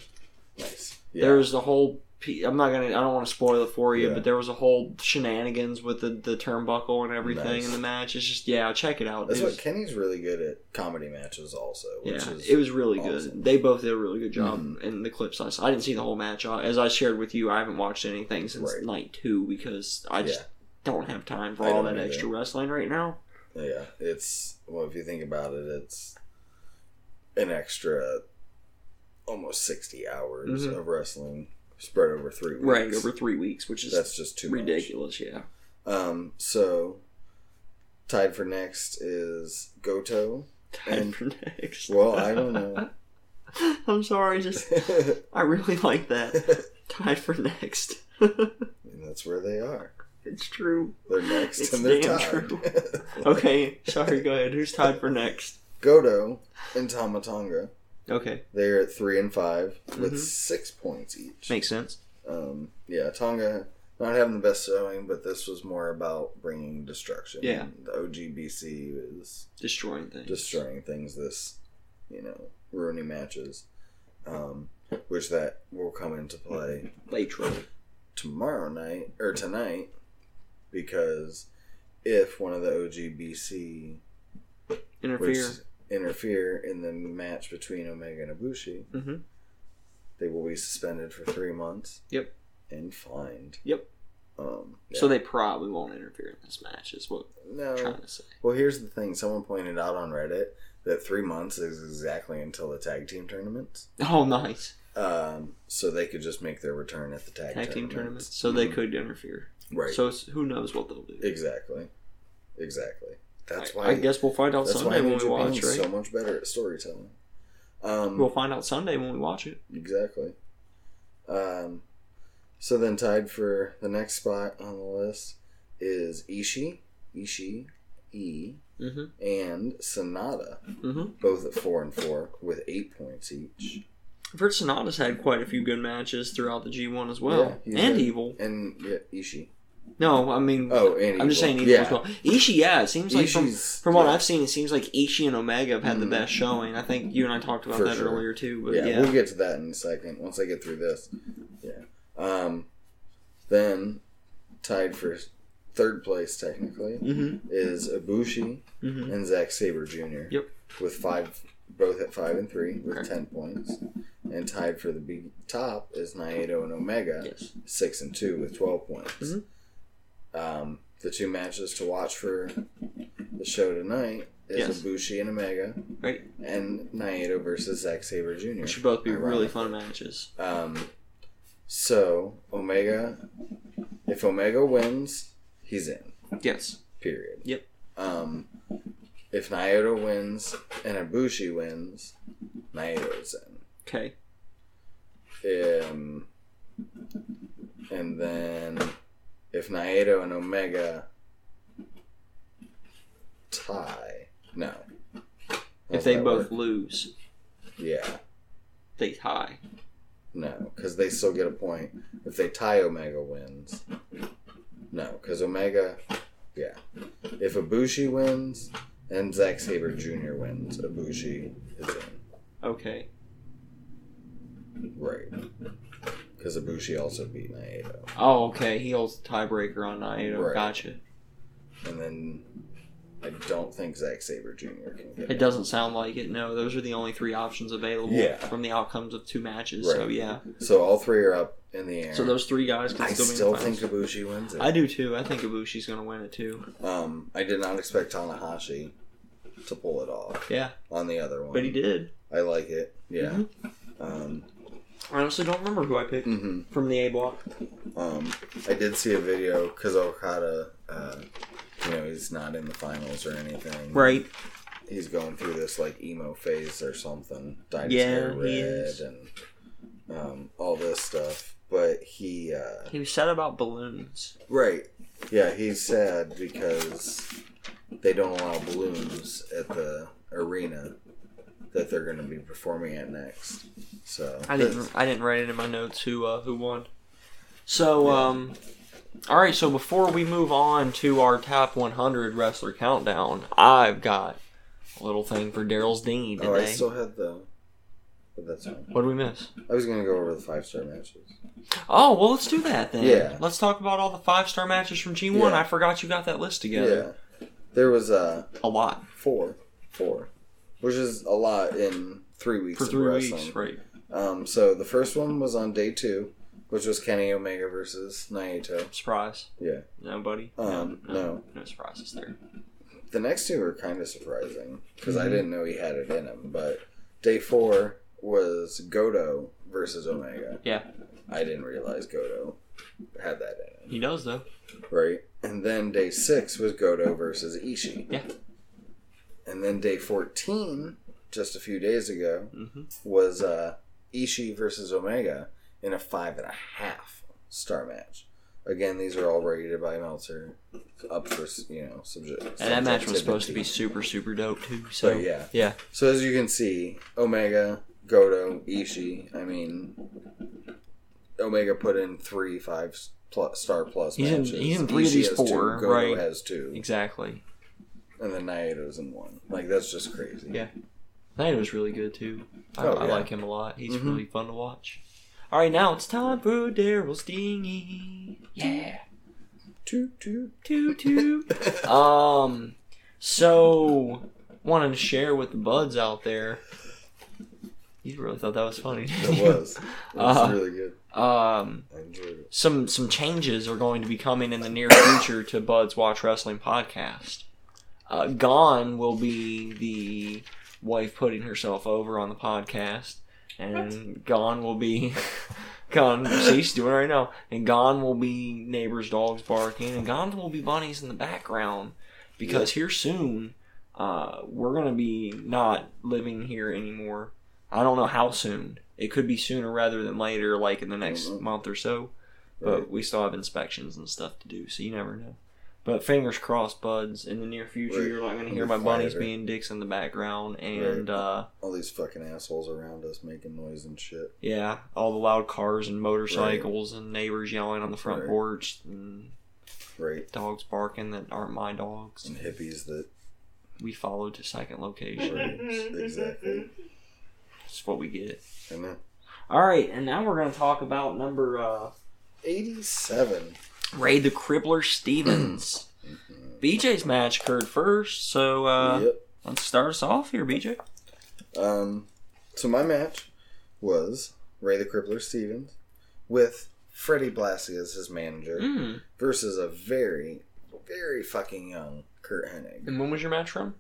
nice. There was the whole. Pe- I'm not gonna. I don't want to spoil it for you, Yeah. but there was a whole shenanigans with the, the turnbuckle and everything Nice. in the match. It's just yeah, check it out. That's It what was, Kenny's really good at comedy matches, also. Which yeah, is it was really awesome. Mm-hmm. good. They both did a really good job in the clips I saw. I didn't see the whole match. I- As I shared with you, I haven't watched anything since Right. night two because I just Yeah. don't have time for I all don't that either. extra wrestling right now. Yeah, it's well. If you think about it, it's an extra almost sixty hours Mhm. of wrestling spread over three weeks. Right over three weeks, which is that's just too ridiculous. ridiculous. Yeah. Um, so tied for next is Goto. Time And- for next. Well, I don't know. I'm sorry. Just and I really like that. Time for next. that's where they are. It's true. They're next It's and they're damn tied. true. Okay, sorry, go ahead. Who's tied for next? Goto and Tamatonga. Okay. They're at three and five with Mhm. six points each. Makes sense. um, yeah, Tonga not having the best showing, but this was more about bringing destruction. Yeah. the OGBC is Destroying things. destroying things. This, you know, ruining matches, um, which that will come into play Later. tomorrow night or tonight, because if one of the OGBC which Interfere. interfere in the match between Omega and Ibushi, hmm they will be suspended for three months. Yep. And fined. Yep. Um, So they probably won't interfere in this match, is what no. I'm trying to say. Well, here's the thing. Someone pointed out on Reddit that three months is exactly until the tag team tournaments. Oh, nice. Um, so they could just make their return at the tag, Tag team tournament. tournaments. Mhm. So they could interfere. Right. So it's, who knows what they'll do. exactly. Exactly. That's I- why. I guess we'll find out that's Sunday why when New we watch, Japan's right? so much better at storytelling. Um, We'll find out Sunday when we watch it. exactly. Um, so then tied for the next spot on the list is Ishii, Ishii, E, Mm-hmm. and Sonata, Mm-hmm. both at four and four with eight points each. I've heard Sonata's had quite a few good matches throughout the G1 as well. Yeah, he's and good. Evil. and yeah, Ishii. No, I mean, Oh, and I'm just Evil. saying Evil as well. Ishii, yeah, it seems like from, Ishii's- From what yeah. I've seen, it seems like Ishii and Omega have had the Mm. best showing. I think you and I talked about For that sure. earlier too. But yeah, yeah, we'll get to that in a second once I get through this. Yeah. Um, then tied for third place technically Mm-hmm. is Ibushi Mm-hmm. and Zack Saber Jr. Yep. With five, both at five and three with Okay. ten points, and tied for the big top is Naito and Omega Yes. six and two with twelve points. Mhm. Um, the two matches to watch for the show tonight is Yes. Ibushi and Omega, Right. and Naito versus Zack Saber Jr. Which should both be Ironic. really fun matches. Um, so Omega, if Omega wins, he's in. Yes. Period. Yep. Um, if Naito wins and Ibushi wins, Naito's Okay. in. Um, and then if Naito and Omega tie, no. If How's they that both work? lose, yeah. they tie. No, because they still get a point. If they tie, Omega wins. No, because Omega, yeah. If Ibushi wins and Zack Saber Jr. wins, Ibushi is in. Okay. Right. Because Ibushi also beat Naito, Oh, okay. He holds the tiebreaker on Naito. Right. Gotcha. and then I don't think Zack Saber Jr. can get. It doesn't sound like it. No, those are the only three options available Yeah. from the outcomes of two matches. Right. So yeah. So all three are up in the air. So those three guys can I still, still be in the think finals. Ibushi wins it. I do too. I think Ibushi's gonna win it too. Um, I did not expect Tanahashi to pull it off Yeah, on the other one, but he did. I like it. Yeah. Mhm. Um, I honestly don't remember who I picked mhm. from the A block. Um, I did see a video because Okada, uh, you know, he's not in the finals or anything. Right. He's going through this like emo phase or something. Dyed Yeah, his hair red he is. and um, all this stuff. But he, uh, He was sad about balloons. right, yeah, he's sad because they don't allow balloons at the arena that they're going to be performing at next. So I didn't. I didn't write it in my notes who uh, who won. So, um, all right. So before we move on to our top 100 wrestler countdown, I've got a little thing for Daryl's Dean Oh, I today. still had the. But that's fine. what did we miss? I was going to go over the five star matches. Oh, well, let's do that then. Yeah. Let's talk about all the five star matches from G1. Yeah. I forgot you got that list Yeah. together. There was uh, A lot four. Four. Which is a lot in three weeks for of three wrestling. weeks, right? Um, so the first one was on day two, which was Kenny Omega versus Naito. Surprise. Yeah. Nobody. Um, no, no. no. No surprises there. The next two were kind of surprising because I Mhm. didn't know he had it in him. But day four was Goto versus Omega. Yeah. I didn't realize Goto had that in him. He does though. Right. And then day six was Goto versus Ishii. Yeah. And then day 14, just a few days ago, hmm was uh, Ishii versus Omega in a five and a half star match. Again, these are all rated by Meltzer, up for you know subject. And that match was supposed to be super super dope too. So So yeah, yeah. So as you can see, Omega, Goto, Ishii. I mean, Omega put in three five s- plus, star plus He's in- matches. he's in three of Ishii these has two, four, Goto right. has two, Exactly. and then Naito's in one. Like that's just crazy. Yeah. That was really good too. I, Oh, I yeah. like him a lot. He's Mhm. really fun to watch. All right, now it's time for Daryl's dingy. Yeah. Two two. Toot toot. um. So, wanted to share with the buds out there. You really thought that was funny. didn't It you? was. It was Uh, really good. Um. I enjoyed it. some some changes are going to be coming in the near future to Bud's Watch Wrestling podcast. Uh, gone will be the wife putting herself over on the podcast, and gone will be gone. See, she's doing it right now, and gone will be neighbors' dogs barking, and gone will be bunnies in the background because here soon uh, we're gonna be not living here anymore. I don't know how soon. It could be sooner rather than later, like in the next Mhm. month or so Right. but we still have inspections and stuff to do, so you never know. But fingers crossed, buds. In the near future, Right. you're not going to It'll hear be my bunnies quieter. being dicks in the background, and Right. uh, all these fucking assholes around us making noise and shit. yeah, all the loud cars and motorcycles and neighbors yelling on the front Right. porch and Right. dogs barking that aren't my dogs. And hippies that We followed to second location. right, exactly. That's what we get. And then All right, and now we're going to talk about number uh, eighty seven. Ray the Crippler Stevens. BJ's match occurred first, so uh, yep. let's start us off here, BJ. Um so my match was Ray the Crippler Stevens with Freddie Blassie as his manager Mm. versus a very, very fucking young Kurt Hennig. And when was your match from?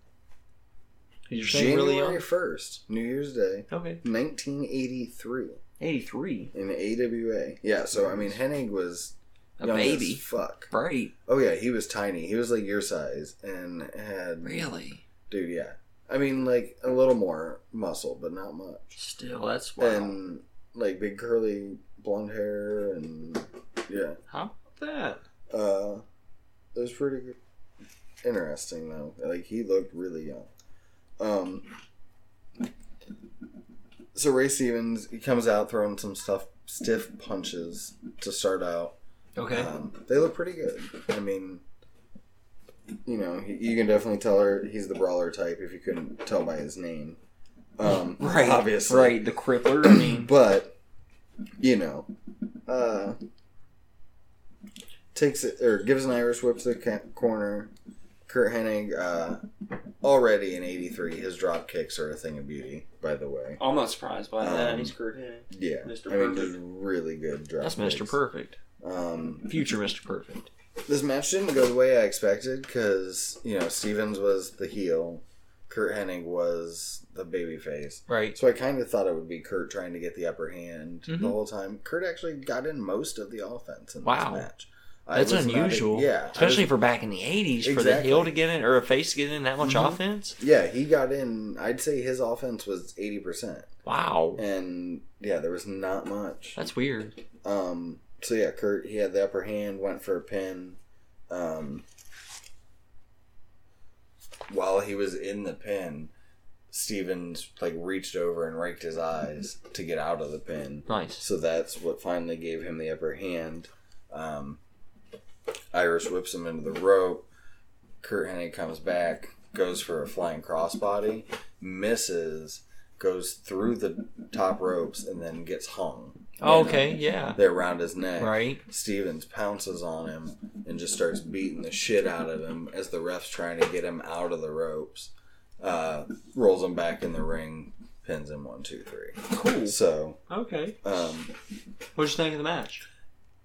You're saying really January young? first, New Year's Day, Okay. nineteen eighty three 83. in AWA. Yeah, so I mean Hennig was A young as baby. fuck. Right. Oh yeah, he was tiny. He was like your size and had Really? dude, yeah. I mean like a little more muscle, but not much. Still, that's wow. And like big curly blonde hair and yeah. How about that? Uh it was pretty good. interesting though. Like he looked really young. Um so Ray Stevens he comes out throwing some stuff stiff punches to start out. Okay. Um, they look pretty good. I mean, you know, he, you can definitely tell her he's the brawler type if you couldn't tell by his name. Um, right. Obviously. Right. The crippler. I mean, But, you know, uh, takes it, or gives an Irish whip to the ca- corner. Kurt Hennig, uh, already in 83, his drop kicks are a thing of beauty, by the way. I'm not surprised by Um, Kurt Hennig. Yeah. Mr. I mean, Perfect. just really good drop That's Mr. kicks. Perfect. Um, Future Mr. Perfect. this match didn't go the way I expected because you know Stevens was the heel, Kurt Hennig was the babyface. Right. So I kind of thought it would be Kurt trying to get the upper hand Mhm. the whole time. Kurt actually got in most of the offense in Wow. this match. I That's was not- unusual. yeah, I Especially was- for back in the 80s, for the Exactly. heel to get in, or a face to get in that much Mhm. offense. yeah, he got in. I'd say his offense was eighty percent, Wow. and yeah, there was not much. That's weird. Um, so yeah, Kurt he had the upper hand, went for a pin. Um, while he was in the pin, Stevens like reached over and raked his eyes to get out of the pin. Nice. So that's what finally gave him the upper hand. Um, Irish whips him into the rope. Kurt Hennig comes back, goes for a flying crossbody, misses, goes through the top ropes, and then gets hung. Oh, okay, yeah. They're around his neck. Right. Stevens pounces on him and just starts beating the shit out of him as the ref's trying to get him out of the ropes. Uh, rolls him back in the ring, pins him one, two, three. Cool. So Okay. um, What'd you think of the match?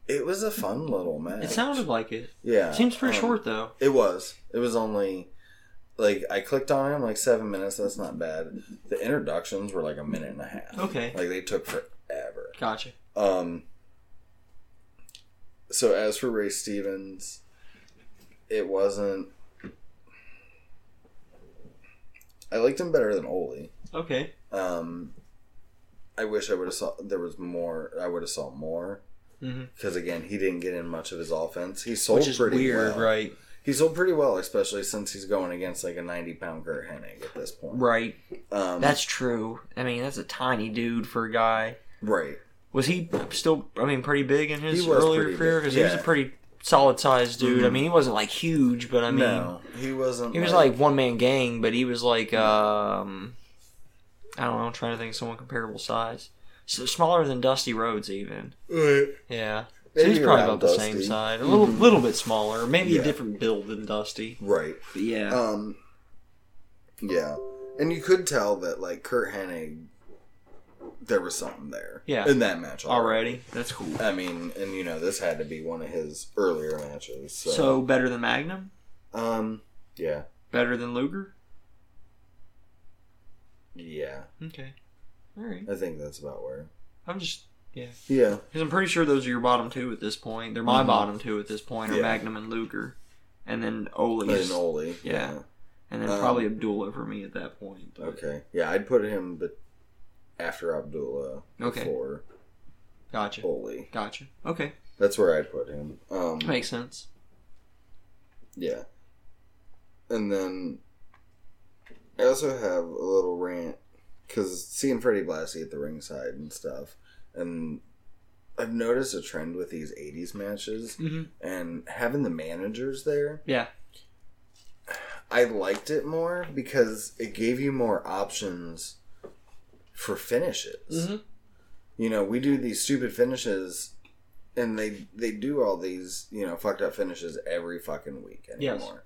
it was a fun little match. It sounded like it. yeah. Seems pretty um, short though. It was. It was only like I clicked on him like seven minutes. That's not bad. The introductions were like a minute and a half. Okay. Like they took forever. Gotcha. Um. So as for Ray Stevens, it wasn't. I liked him better than Oli. Okay. Um, I wish I would have saw there was more. I would have saw more hmm because again, he didn't get in much of his offense. He sold Which is pretty weird, well. right? He sold pretty well, especially since he's going against like a ninety pound Kurt Hennig at this point. Right. Um, That's true. I mean, that's a tiny dude for a guy. right. Was he still? I mean, pretty big in his He was earlier pretty career big, because he was yeah. a pretty solid sized dude. I Mhm. mean, he wasn't like huge, but I mean, no, he wasn't. he was like one man gang. But he was like, um, I don't know. I'm trying to think of someone comparable size. So smaller than Dusty Rhodes, even. Yeah. So he's Maybe probably around about the same Dusty. Mm-hmm. size, a little, little bit smaller, maybe Yeah. a different build than Dusty. right. But yeah, Um, yeah, and you could tell that like Kurt Hennig, there was something there. Yeah. in that match already that's cool. I mean, and you know, this had to be one of his earlier matches. So, So better than Magnum, um, yeah, better than Luger. yeah, Okay, all right. I think that's about where. I'm just Yeah, because I'm pretty sure those are your bottom two at this point. They're my Mhm. bottom two at this point are Yeah. Magnum and Luger, and then and Ole's, Oli. Yeah. and then Um, probably Abdullah for me at that point. but- Okay. Yeah, I'd put him, but after Abdullah, Okay. before gotcha, Oli. gotcha. Okay, That's where I'd put him. Um, makes sense. Yeah. And then I also have a little rant because seeing Freddie Blassie at the ringside and stuff, and I've noticed a trend with these '80s matches hmm and having the managers there. Yeah. I liked it more because it gave you more options for finishes. Mm-hmm. You know, we do these stupid finishes, and they they do all these you know fucked up finishes every fucking week Yes. anymore,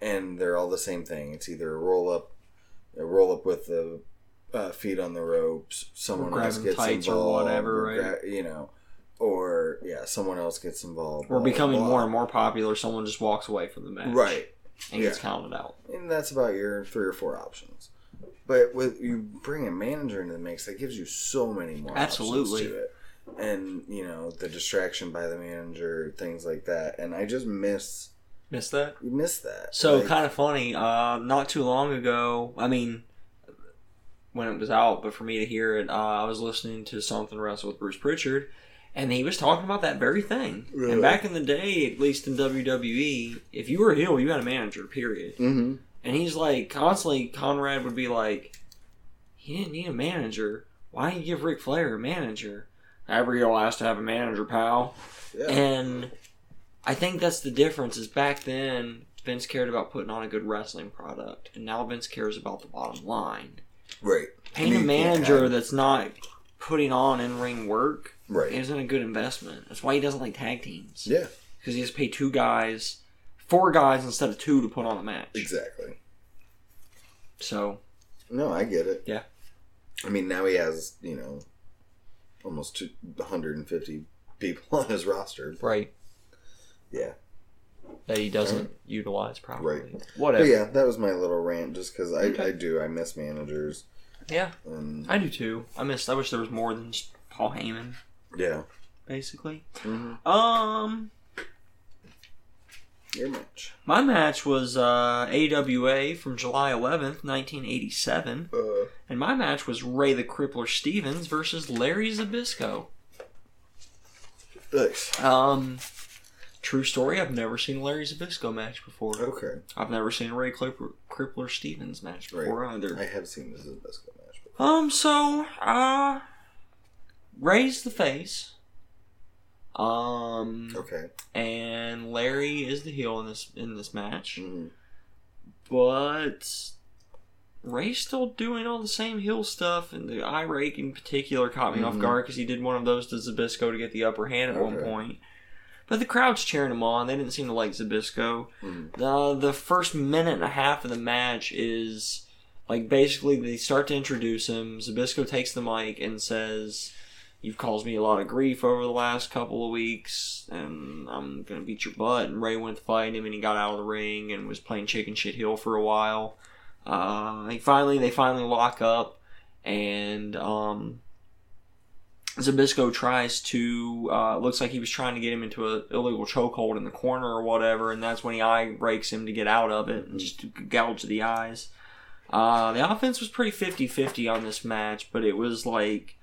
and they're all the same thing. It's either a roll up, a roll up with the uh, feet on the ropes, someone grab else them gets tights or involved, whatever, right? gra- you know, or yeah, someone else gets involved. We're blah, becoming blah, more and blah. more popular. Someone just walks away from the match, right. and gets yeah. counted out. and that's about your three or four options. But with you bring a manager into the mix, that gives you so many more Absolutely. options to it. And you know the distraction by the manager, things like that. And I just miss Missed that. you miss that. So Like, kind of funny. Uh, not too long ago, I mean, when it was out, but for me to hear it, uh, I was listening to something wrestle with Bruce Pritchard, and he was talking about that very thing. Really? And back in the day, at least in WWE, if you were a heel, you had a manager. Period. mhm. And he's like constantly. Conrad would be like, "He didn't need a manager. Why didn't you give Ric Flair a manager? Every heel has to have a manager, pal." yeah. And I think that's the difference is back then Vince cared about putting on a good wrestling product, and now Vince cares about the bottom line. right, Paying a You can't manager have- that's not putting on in ring work right, isn't a good investment. That's why he doesn't like tag teams. yeah, Because he has to pay two guys, four guys instead of two to put on a match. exactly. So, No, I get it. Yeah. I mean now he has you know almost two hundred and fifty people on his roster. right. Yeah. That he doesn't utilize properly. Right. But Whatever. yeah, that was my little rant, just because I, Okay. I do I miss managers yeah, and I do too. I missed. I wish there was more than just Paul Heyman, yeah. basically. Mm-hmm. Um. Your match. My match was uh, AWA from July 11th, 1987, Uh, and my match was Ray the Crippler Stevens versus Larry Zabisco. nice. Um, True story, I've never seen Larry Zabisco match before. Okay. I've never seen Ray Clipper, Crippler Stevens match before either. I have seen this is best match. But Um, so, uh, Ray's the face. Um, okay. and Larry is the heel in this in this match, Mm. but Ray's still doing all the same heel stuff, and the eye rake in particular caught me off Mhm. guard because he did one of those to Zabisco to get the upper hand at one Okay. point. But the crowd's cheering him on. They didn't seem to like Zabisco. Mm. The the first minute and a half of the match is like basically they start to introduce him. Zabisco takes the mic and says, "You've caused me a lot of grief over the last couple of weeks, and I'm gonna beat your butt." And Ray went to fight him, and he got out of the ring and was playing chicken shit heel for a while. Uh, he finally they finally lock up, and um, Zabisco tries to uh, looks like he was trying to get him into an illegal chokehold in the corner or whatever, and that's when he eye rakes him to get out of it and just to gouge the eyes. Uh, the offense was pretty 50-50 on this match, but it was like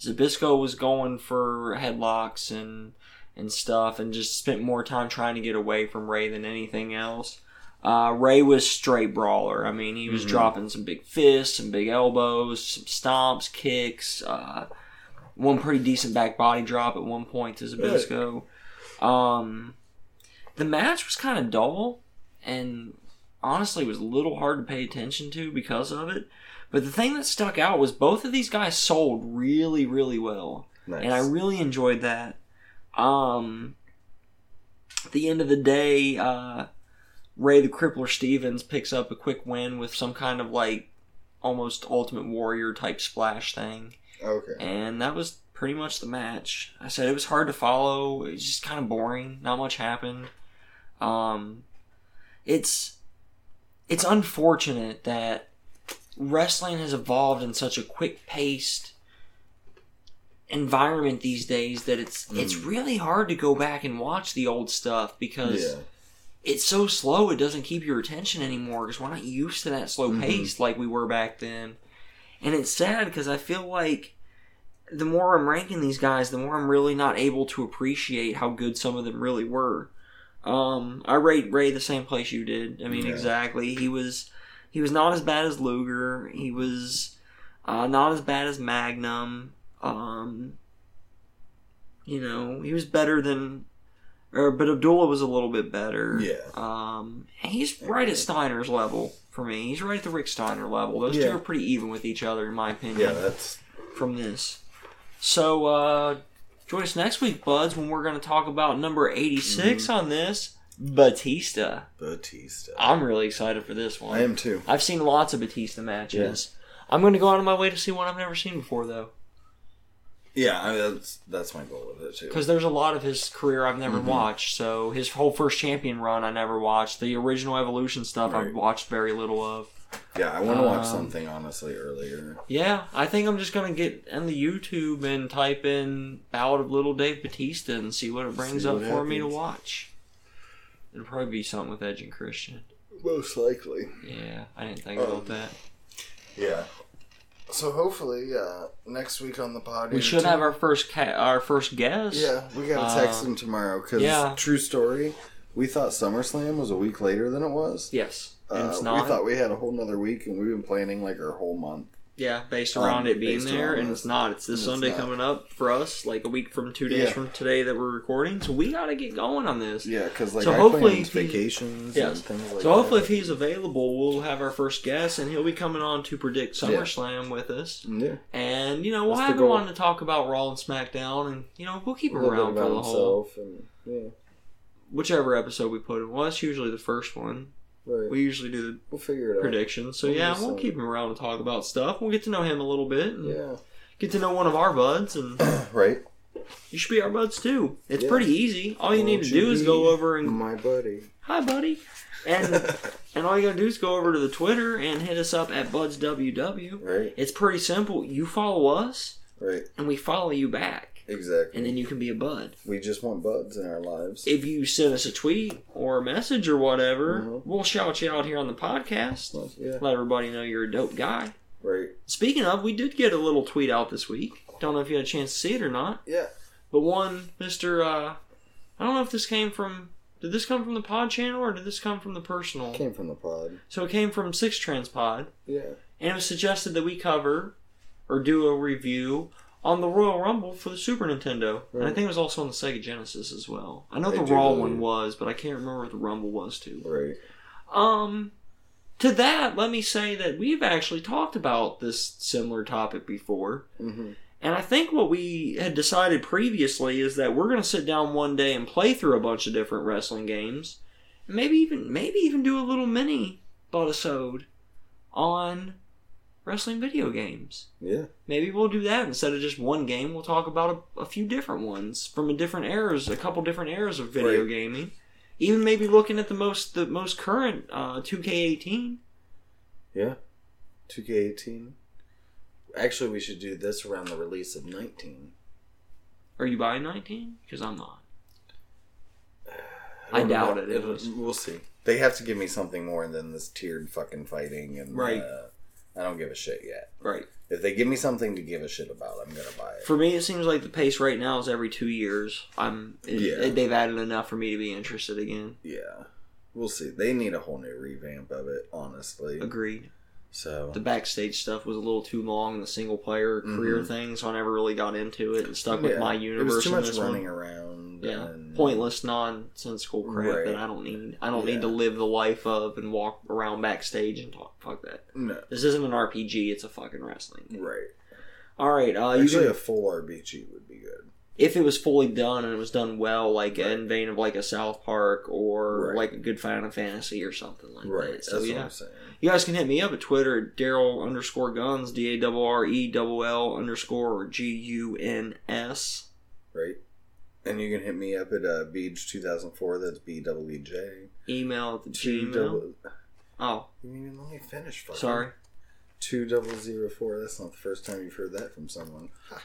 Zabisco was going for headlocks and and stuff, and just spent more time trying to get away from Ray than anything else. Uh, Ray was straight brawler. I mean, he was Mhm. dropping some big fists, some big elbows, some stomps, kicks. Uh, one pretty decent back body drop at one point to Zabisco. Um, the match was kind of dull, and honestly was a little hard to pay attention to because of it. But the thing that stuck out was both of these guys sold really, really well Nice. and I really enjoyed that. Um, at the end of the day, uh, Ray the Crippler Stevens picks up a quick win with some kind of like almost Ultimate Warrior type splash thing, okay. and that was pretty much the match. I said it was hard to follow; it's just kind of boring. Not much happened. Um, it's it's unfortunate that wrestling has evolved in such a quick paced environment these days that it's it's Mm. really hard to go back and watch the old stuff because Yeah. it's so slow it doesn't keep your attention anymore because we're not used to that slow Mhm. pace like we were back then and it's sad because i feel like the more i'm ranking these guys the more i'm really not able to appreciate how good some of them really were um i rate ray the same place you did i mean Yeah. exactly he was he was not as bad as luger he was uh, not as bad as magnum um you know he was better than or but abdullah was a little bit better Yeah. um, he's right at Steiner's level for me. He's right at the Rick Steiner level. Those two Yeah. are pretty even with each other, in my Yeah. opinion, That's from this. So, uh, join us next week, buds, when we're going to talk about number Mm-hmm. 86 on this Batista. Batista. I'm really excited for this one. I am too. I've seen lots of Batista matches. I'm going to go out of my way to see one I've never seen before, though, Yeah. I mean, that's that's my goal with it too. because there's a lot of his career I've Mm-hmm. never watched. So, his whole first champion run, I never watched. The original Evolution stuff, I've Right. watched very little of. Yeah. I want to watch Um, something honestly earlier. Yeah, I think I'm just gonna get on the YouTube and type in "Ballad of Little Dave Batista" and see what it brings See up what for me to happens. watch. It'll probably be something with Edge and Christian. Most likely. Yeah, I didn't think Um, about that. Yeah. So hopefully, uh, next week on the pod We should have our first ca- our first guest. Yeah, we gotta text Uh, him tomorrow because yeah. true story, we thought SummerSlam was a week later than it was. Yes, and Uh, it's not. We thought we had a whole nother week, and we've been planning like our whole month. yeah, based around um, it being based there, around and this. it's not. It's this It's Sunday not. coming up for us, like a week from two days Yeah. from today that we're recording. So we gotta get going on this. Yeah, because like So I hopefully planned if he- vacations Yes. and things like So hopefully, if that. he's available, we'll have our first guest, and he'll be coming on to predict Yeah. SummerSlam with us. yeah, And you know, we'll That's the have him goal. on to talk about Raw and SmackDown, and you know, we'll keep a him little bit around for about the whole himself and yeah, whichever episode we put him. Well, that's usually the first one. right. we, We usually do will figure it the predictions, so We'll yeah, do we'll some- keep him around to talk about stuff. We'll get to know him a little bit, and out. get to know one of our buds, and Yeah, right. you should be our buds too. It's Yeah. pretty easy. All you need Won't to you do is be go over and My buddy. hi, buddy, and and all you gotta do is go over to the Twitter and hit us up at budsww. right, It's pretty simple. You follow us, right, and we follow you back, exactly. and then you can be a bud. we just want buds in our lives. if you send us a tweet or a message or whatever, Mhm. we'll shout you out here on the podcast. yeah, Let everybody know you're a dope guy. right. Speaking of, we did get a little tweet out this week. Don't know if you had a chance to see it or not, Yeah, but one Mr. Uh, I I don't know if this came from. Did this come from the pod channel or did this come from the personal? Came from the pod. So it came from Six Transpod, Yeah. and it was suggested that we cover or do a review on the Royal Rumble for the Super Nintendo. And I Right. think it was also on the Sega Genesis as well. I know I the do Raw believe. one was, but I can't remember what the Rumble was too. Right. Um, to that, let me say that we've actually talked about this similar topic before. Mm-hmm. And I think what we had decided previously is that we're going to sit down one day and play through a bunch of different wrestling games, and maybe even maybe even do a little mini episode on wrestling video games. Yeah. Maybe we'll do that instead of just one game. We'll talk about a, a few different ones from a different eras, a couple different eras of video Right. gaming. Even maybe looking at the most the most current uh, 2K18. Yeah. 2K18. Actually, we should do this around the release of 19. Are you buying 19? Because I'm not. don't I know doubt what- it. It was- We'll see. They have to give me something more than this tiered fucking fighting and Right. Uh, I don't give a shit yet. Right. If they give me something to give a shit about, I'm gonna buy it. For me, it seems like the pace right now is every two years. I'm it, Yeah. they've added enough for me to be interested again. Yeah. We'll see. They need a whole new revamp of it, honestly. Agreed. So The backstage stuff was a little too long. The single player career Mhm. thing, so I never really got into it and stuck with Yeah. my It universe. was too in much this running one. around. Yeah, and- pointless, nonsensical crap Right. that I don't need. I don't Yeah. need to live the life of and walk around backstage and talk. Fuck that. No. This isn't an RPG. It's a fucking wrestling. game. Right. All right. Uh, you Actually, can, a full RBG would be good. if it was fully done and it was done well, like Right. in vein of like a South Park or Right. like a good Final Fantasy or something like Right. that. So That's what yeah, I'm saying. you guys can hit me up at Twitter at Daryl underscore Guns D A double R E double L underscore G U N S. Right. And you can hit me up at uh, Beej2004. That's B double E J. Email at the Two Gmail. double. Oh, You didn't even let me finish. Fucking. sorry. Two double zero four. That's not the first time you've heard that from someone. Ha.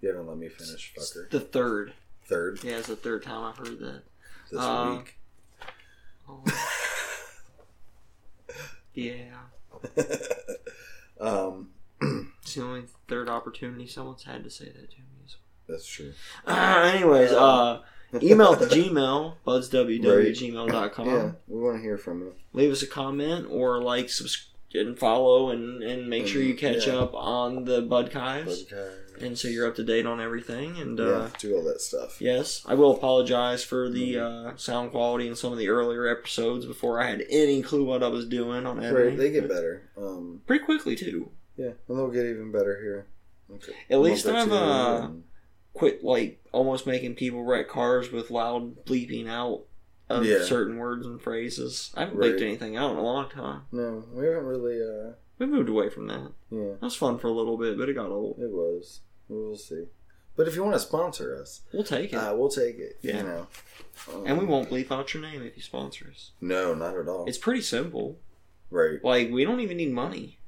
You haven't let me finish, It's fucker. The third. Third Yeah, it's the third time I've heard that. this Uh, week. Oh. yeah. um, It's the only third opportunity someone's had to say that to me. as that's true. well. anyways, uh, email at the Gmail, buzzwww.gmail.com. Yeah, we want to hear from you. Leave us a comment or like, subscribe, and follow, and, and make sure you catch Mm, Yeah. up on the Budkives. Podcast. And so you're up to date on everything. And yeah, uh, do all that stuff. yes, I will apologize for the uh, sound quality in some of the earlier episodes before I had any clue what I was doing on Right, editing. they get better. Um, Pretty quickly, too. yeah, and they'll get even better here. Okay. At least Month or I've, two, uh, and- Quit, like, almost making people wreck cars with loud bleeping out of Yeah. certain words and phrases. I haven't Right. bleeped anything out in a long time. no, we haven't really. Uh, We moved away from that. yeah, That was fun for a little bit, but it got old. it was. We'll see. But if you want to sponsor us, We'll take it. uh, we'll take it. Yeah. You know, Um, and we won't bleep out your name if you sponsor us. No, not at all. It's pretty simple. right. Like, we don't even need money.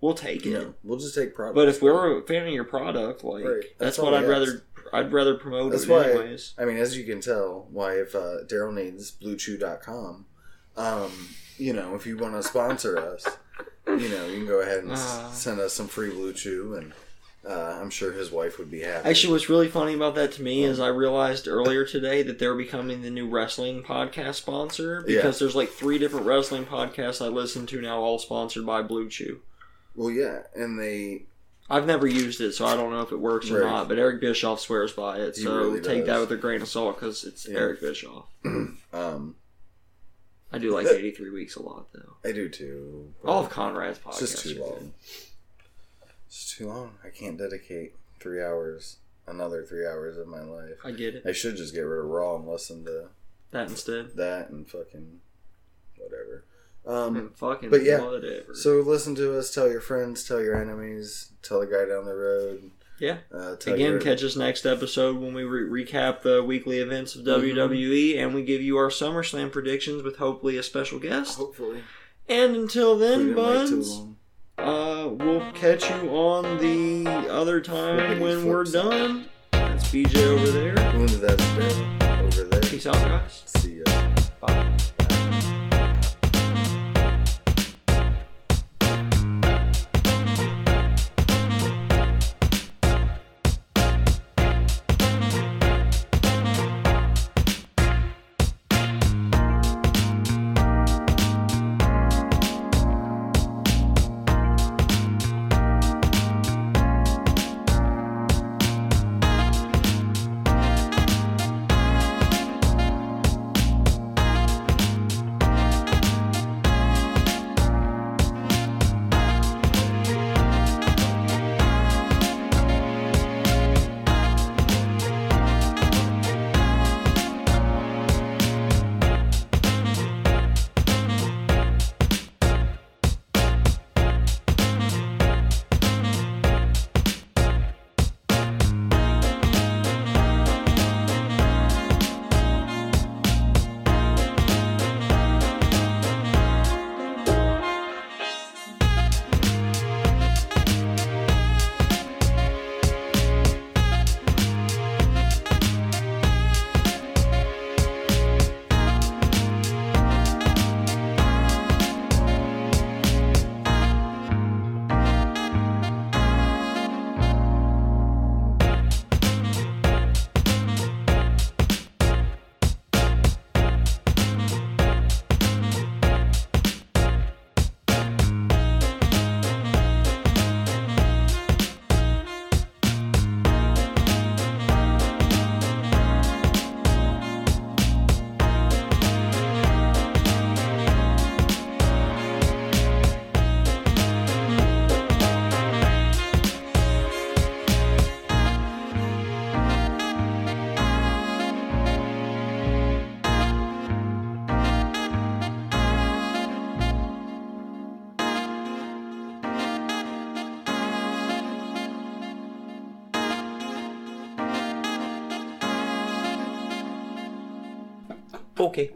We'll take it. No, we'll just take product. But if we're a fan of your product, like Right. That's that's, what all I'd we ask. rather I'd rather promote That's it why- anyways. I mean, as you can tell, why if uh, Daryl needs BlueChew.com, um, you know, if you want to sponsor us, you know, you can go ahead and s- Ah. send us some free Blue Chew, and uh, I'm sure his wife would be happy. Actually, what's really funny about that to me is I realized earlier today that they're becoming the new wrestling podcast sponsor Yeah. because there's like three different wrestling podcasts I listen to now, all sponsored by Blue Chew. well, yeah, and they I've never used it, so I don't know if it works or Right. not. But Eric Bischoff swears by it, He so really take that does. with a grain of salt because it's Yeah. Eric Bischoff. um, I do like 83 weeks a lot though. I do too. but All Oh, of Conrad's podcasts. it's just too are good. long. It's too long. I can't dedicate three hours, another three hours of my life. I get it. I should just get rid of Raw and listen to That instead. that and fucking whatever. Um, And fucking but yeah, whatever. So listen to us, tell your friends, tell your enemies, tell the guy down the road. Yeah. Uh, tell Again, your- catch us next episode when we re- recap the weekly events of Mhm. WWE and we give you our SummerSlam predictions with hopefully a special guest. Hopefully. And until We then, didn't wait too buns, long. uh, we'll catch you on the other time when we're done. That's BJ over there. When did that start? Over there. Peace out, guys. See ya. Bye. Okay.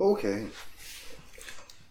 Okay.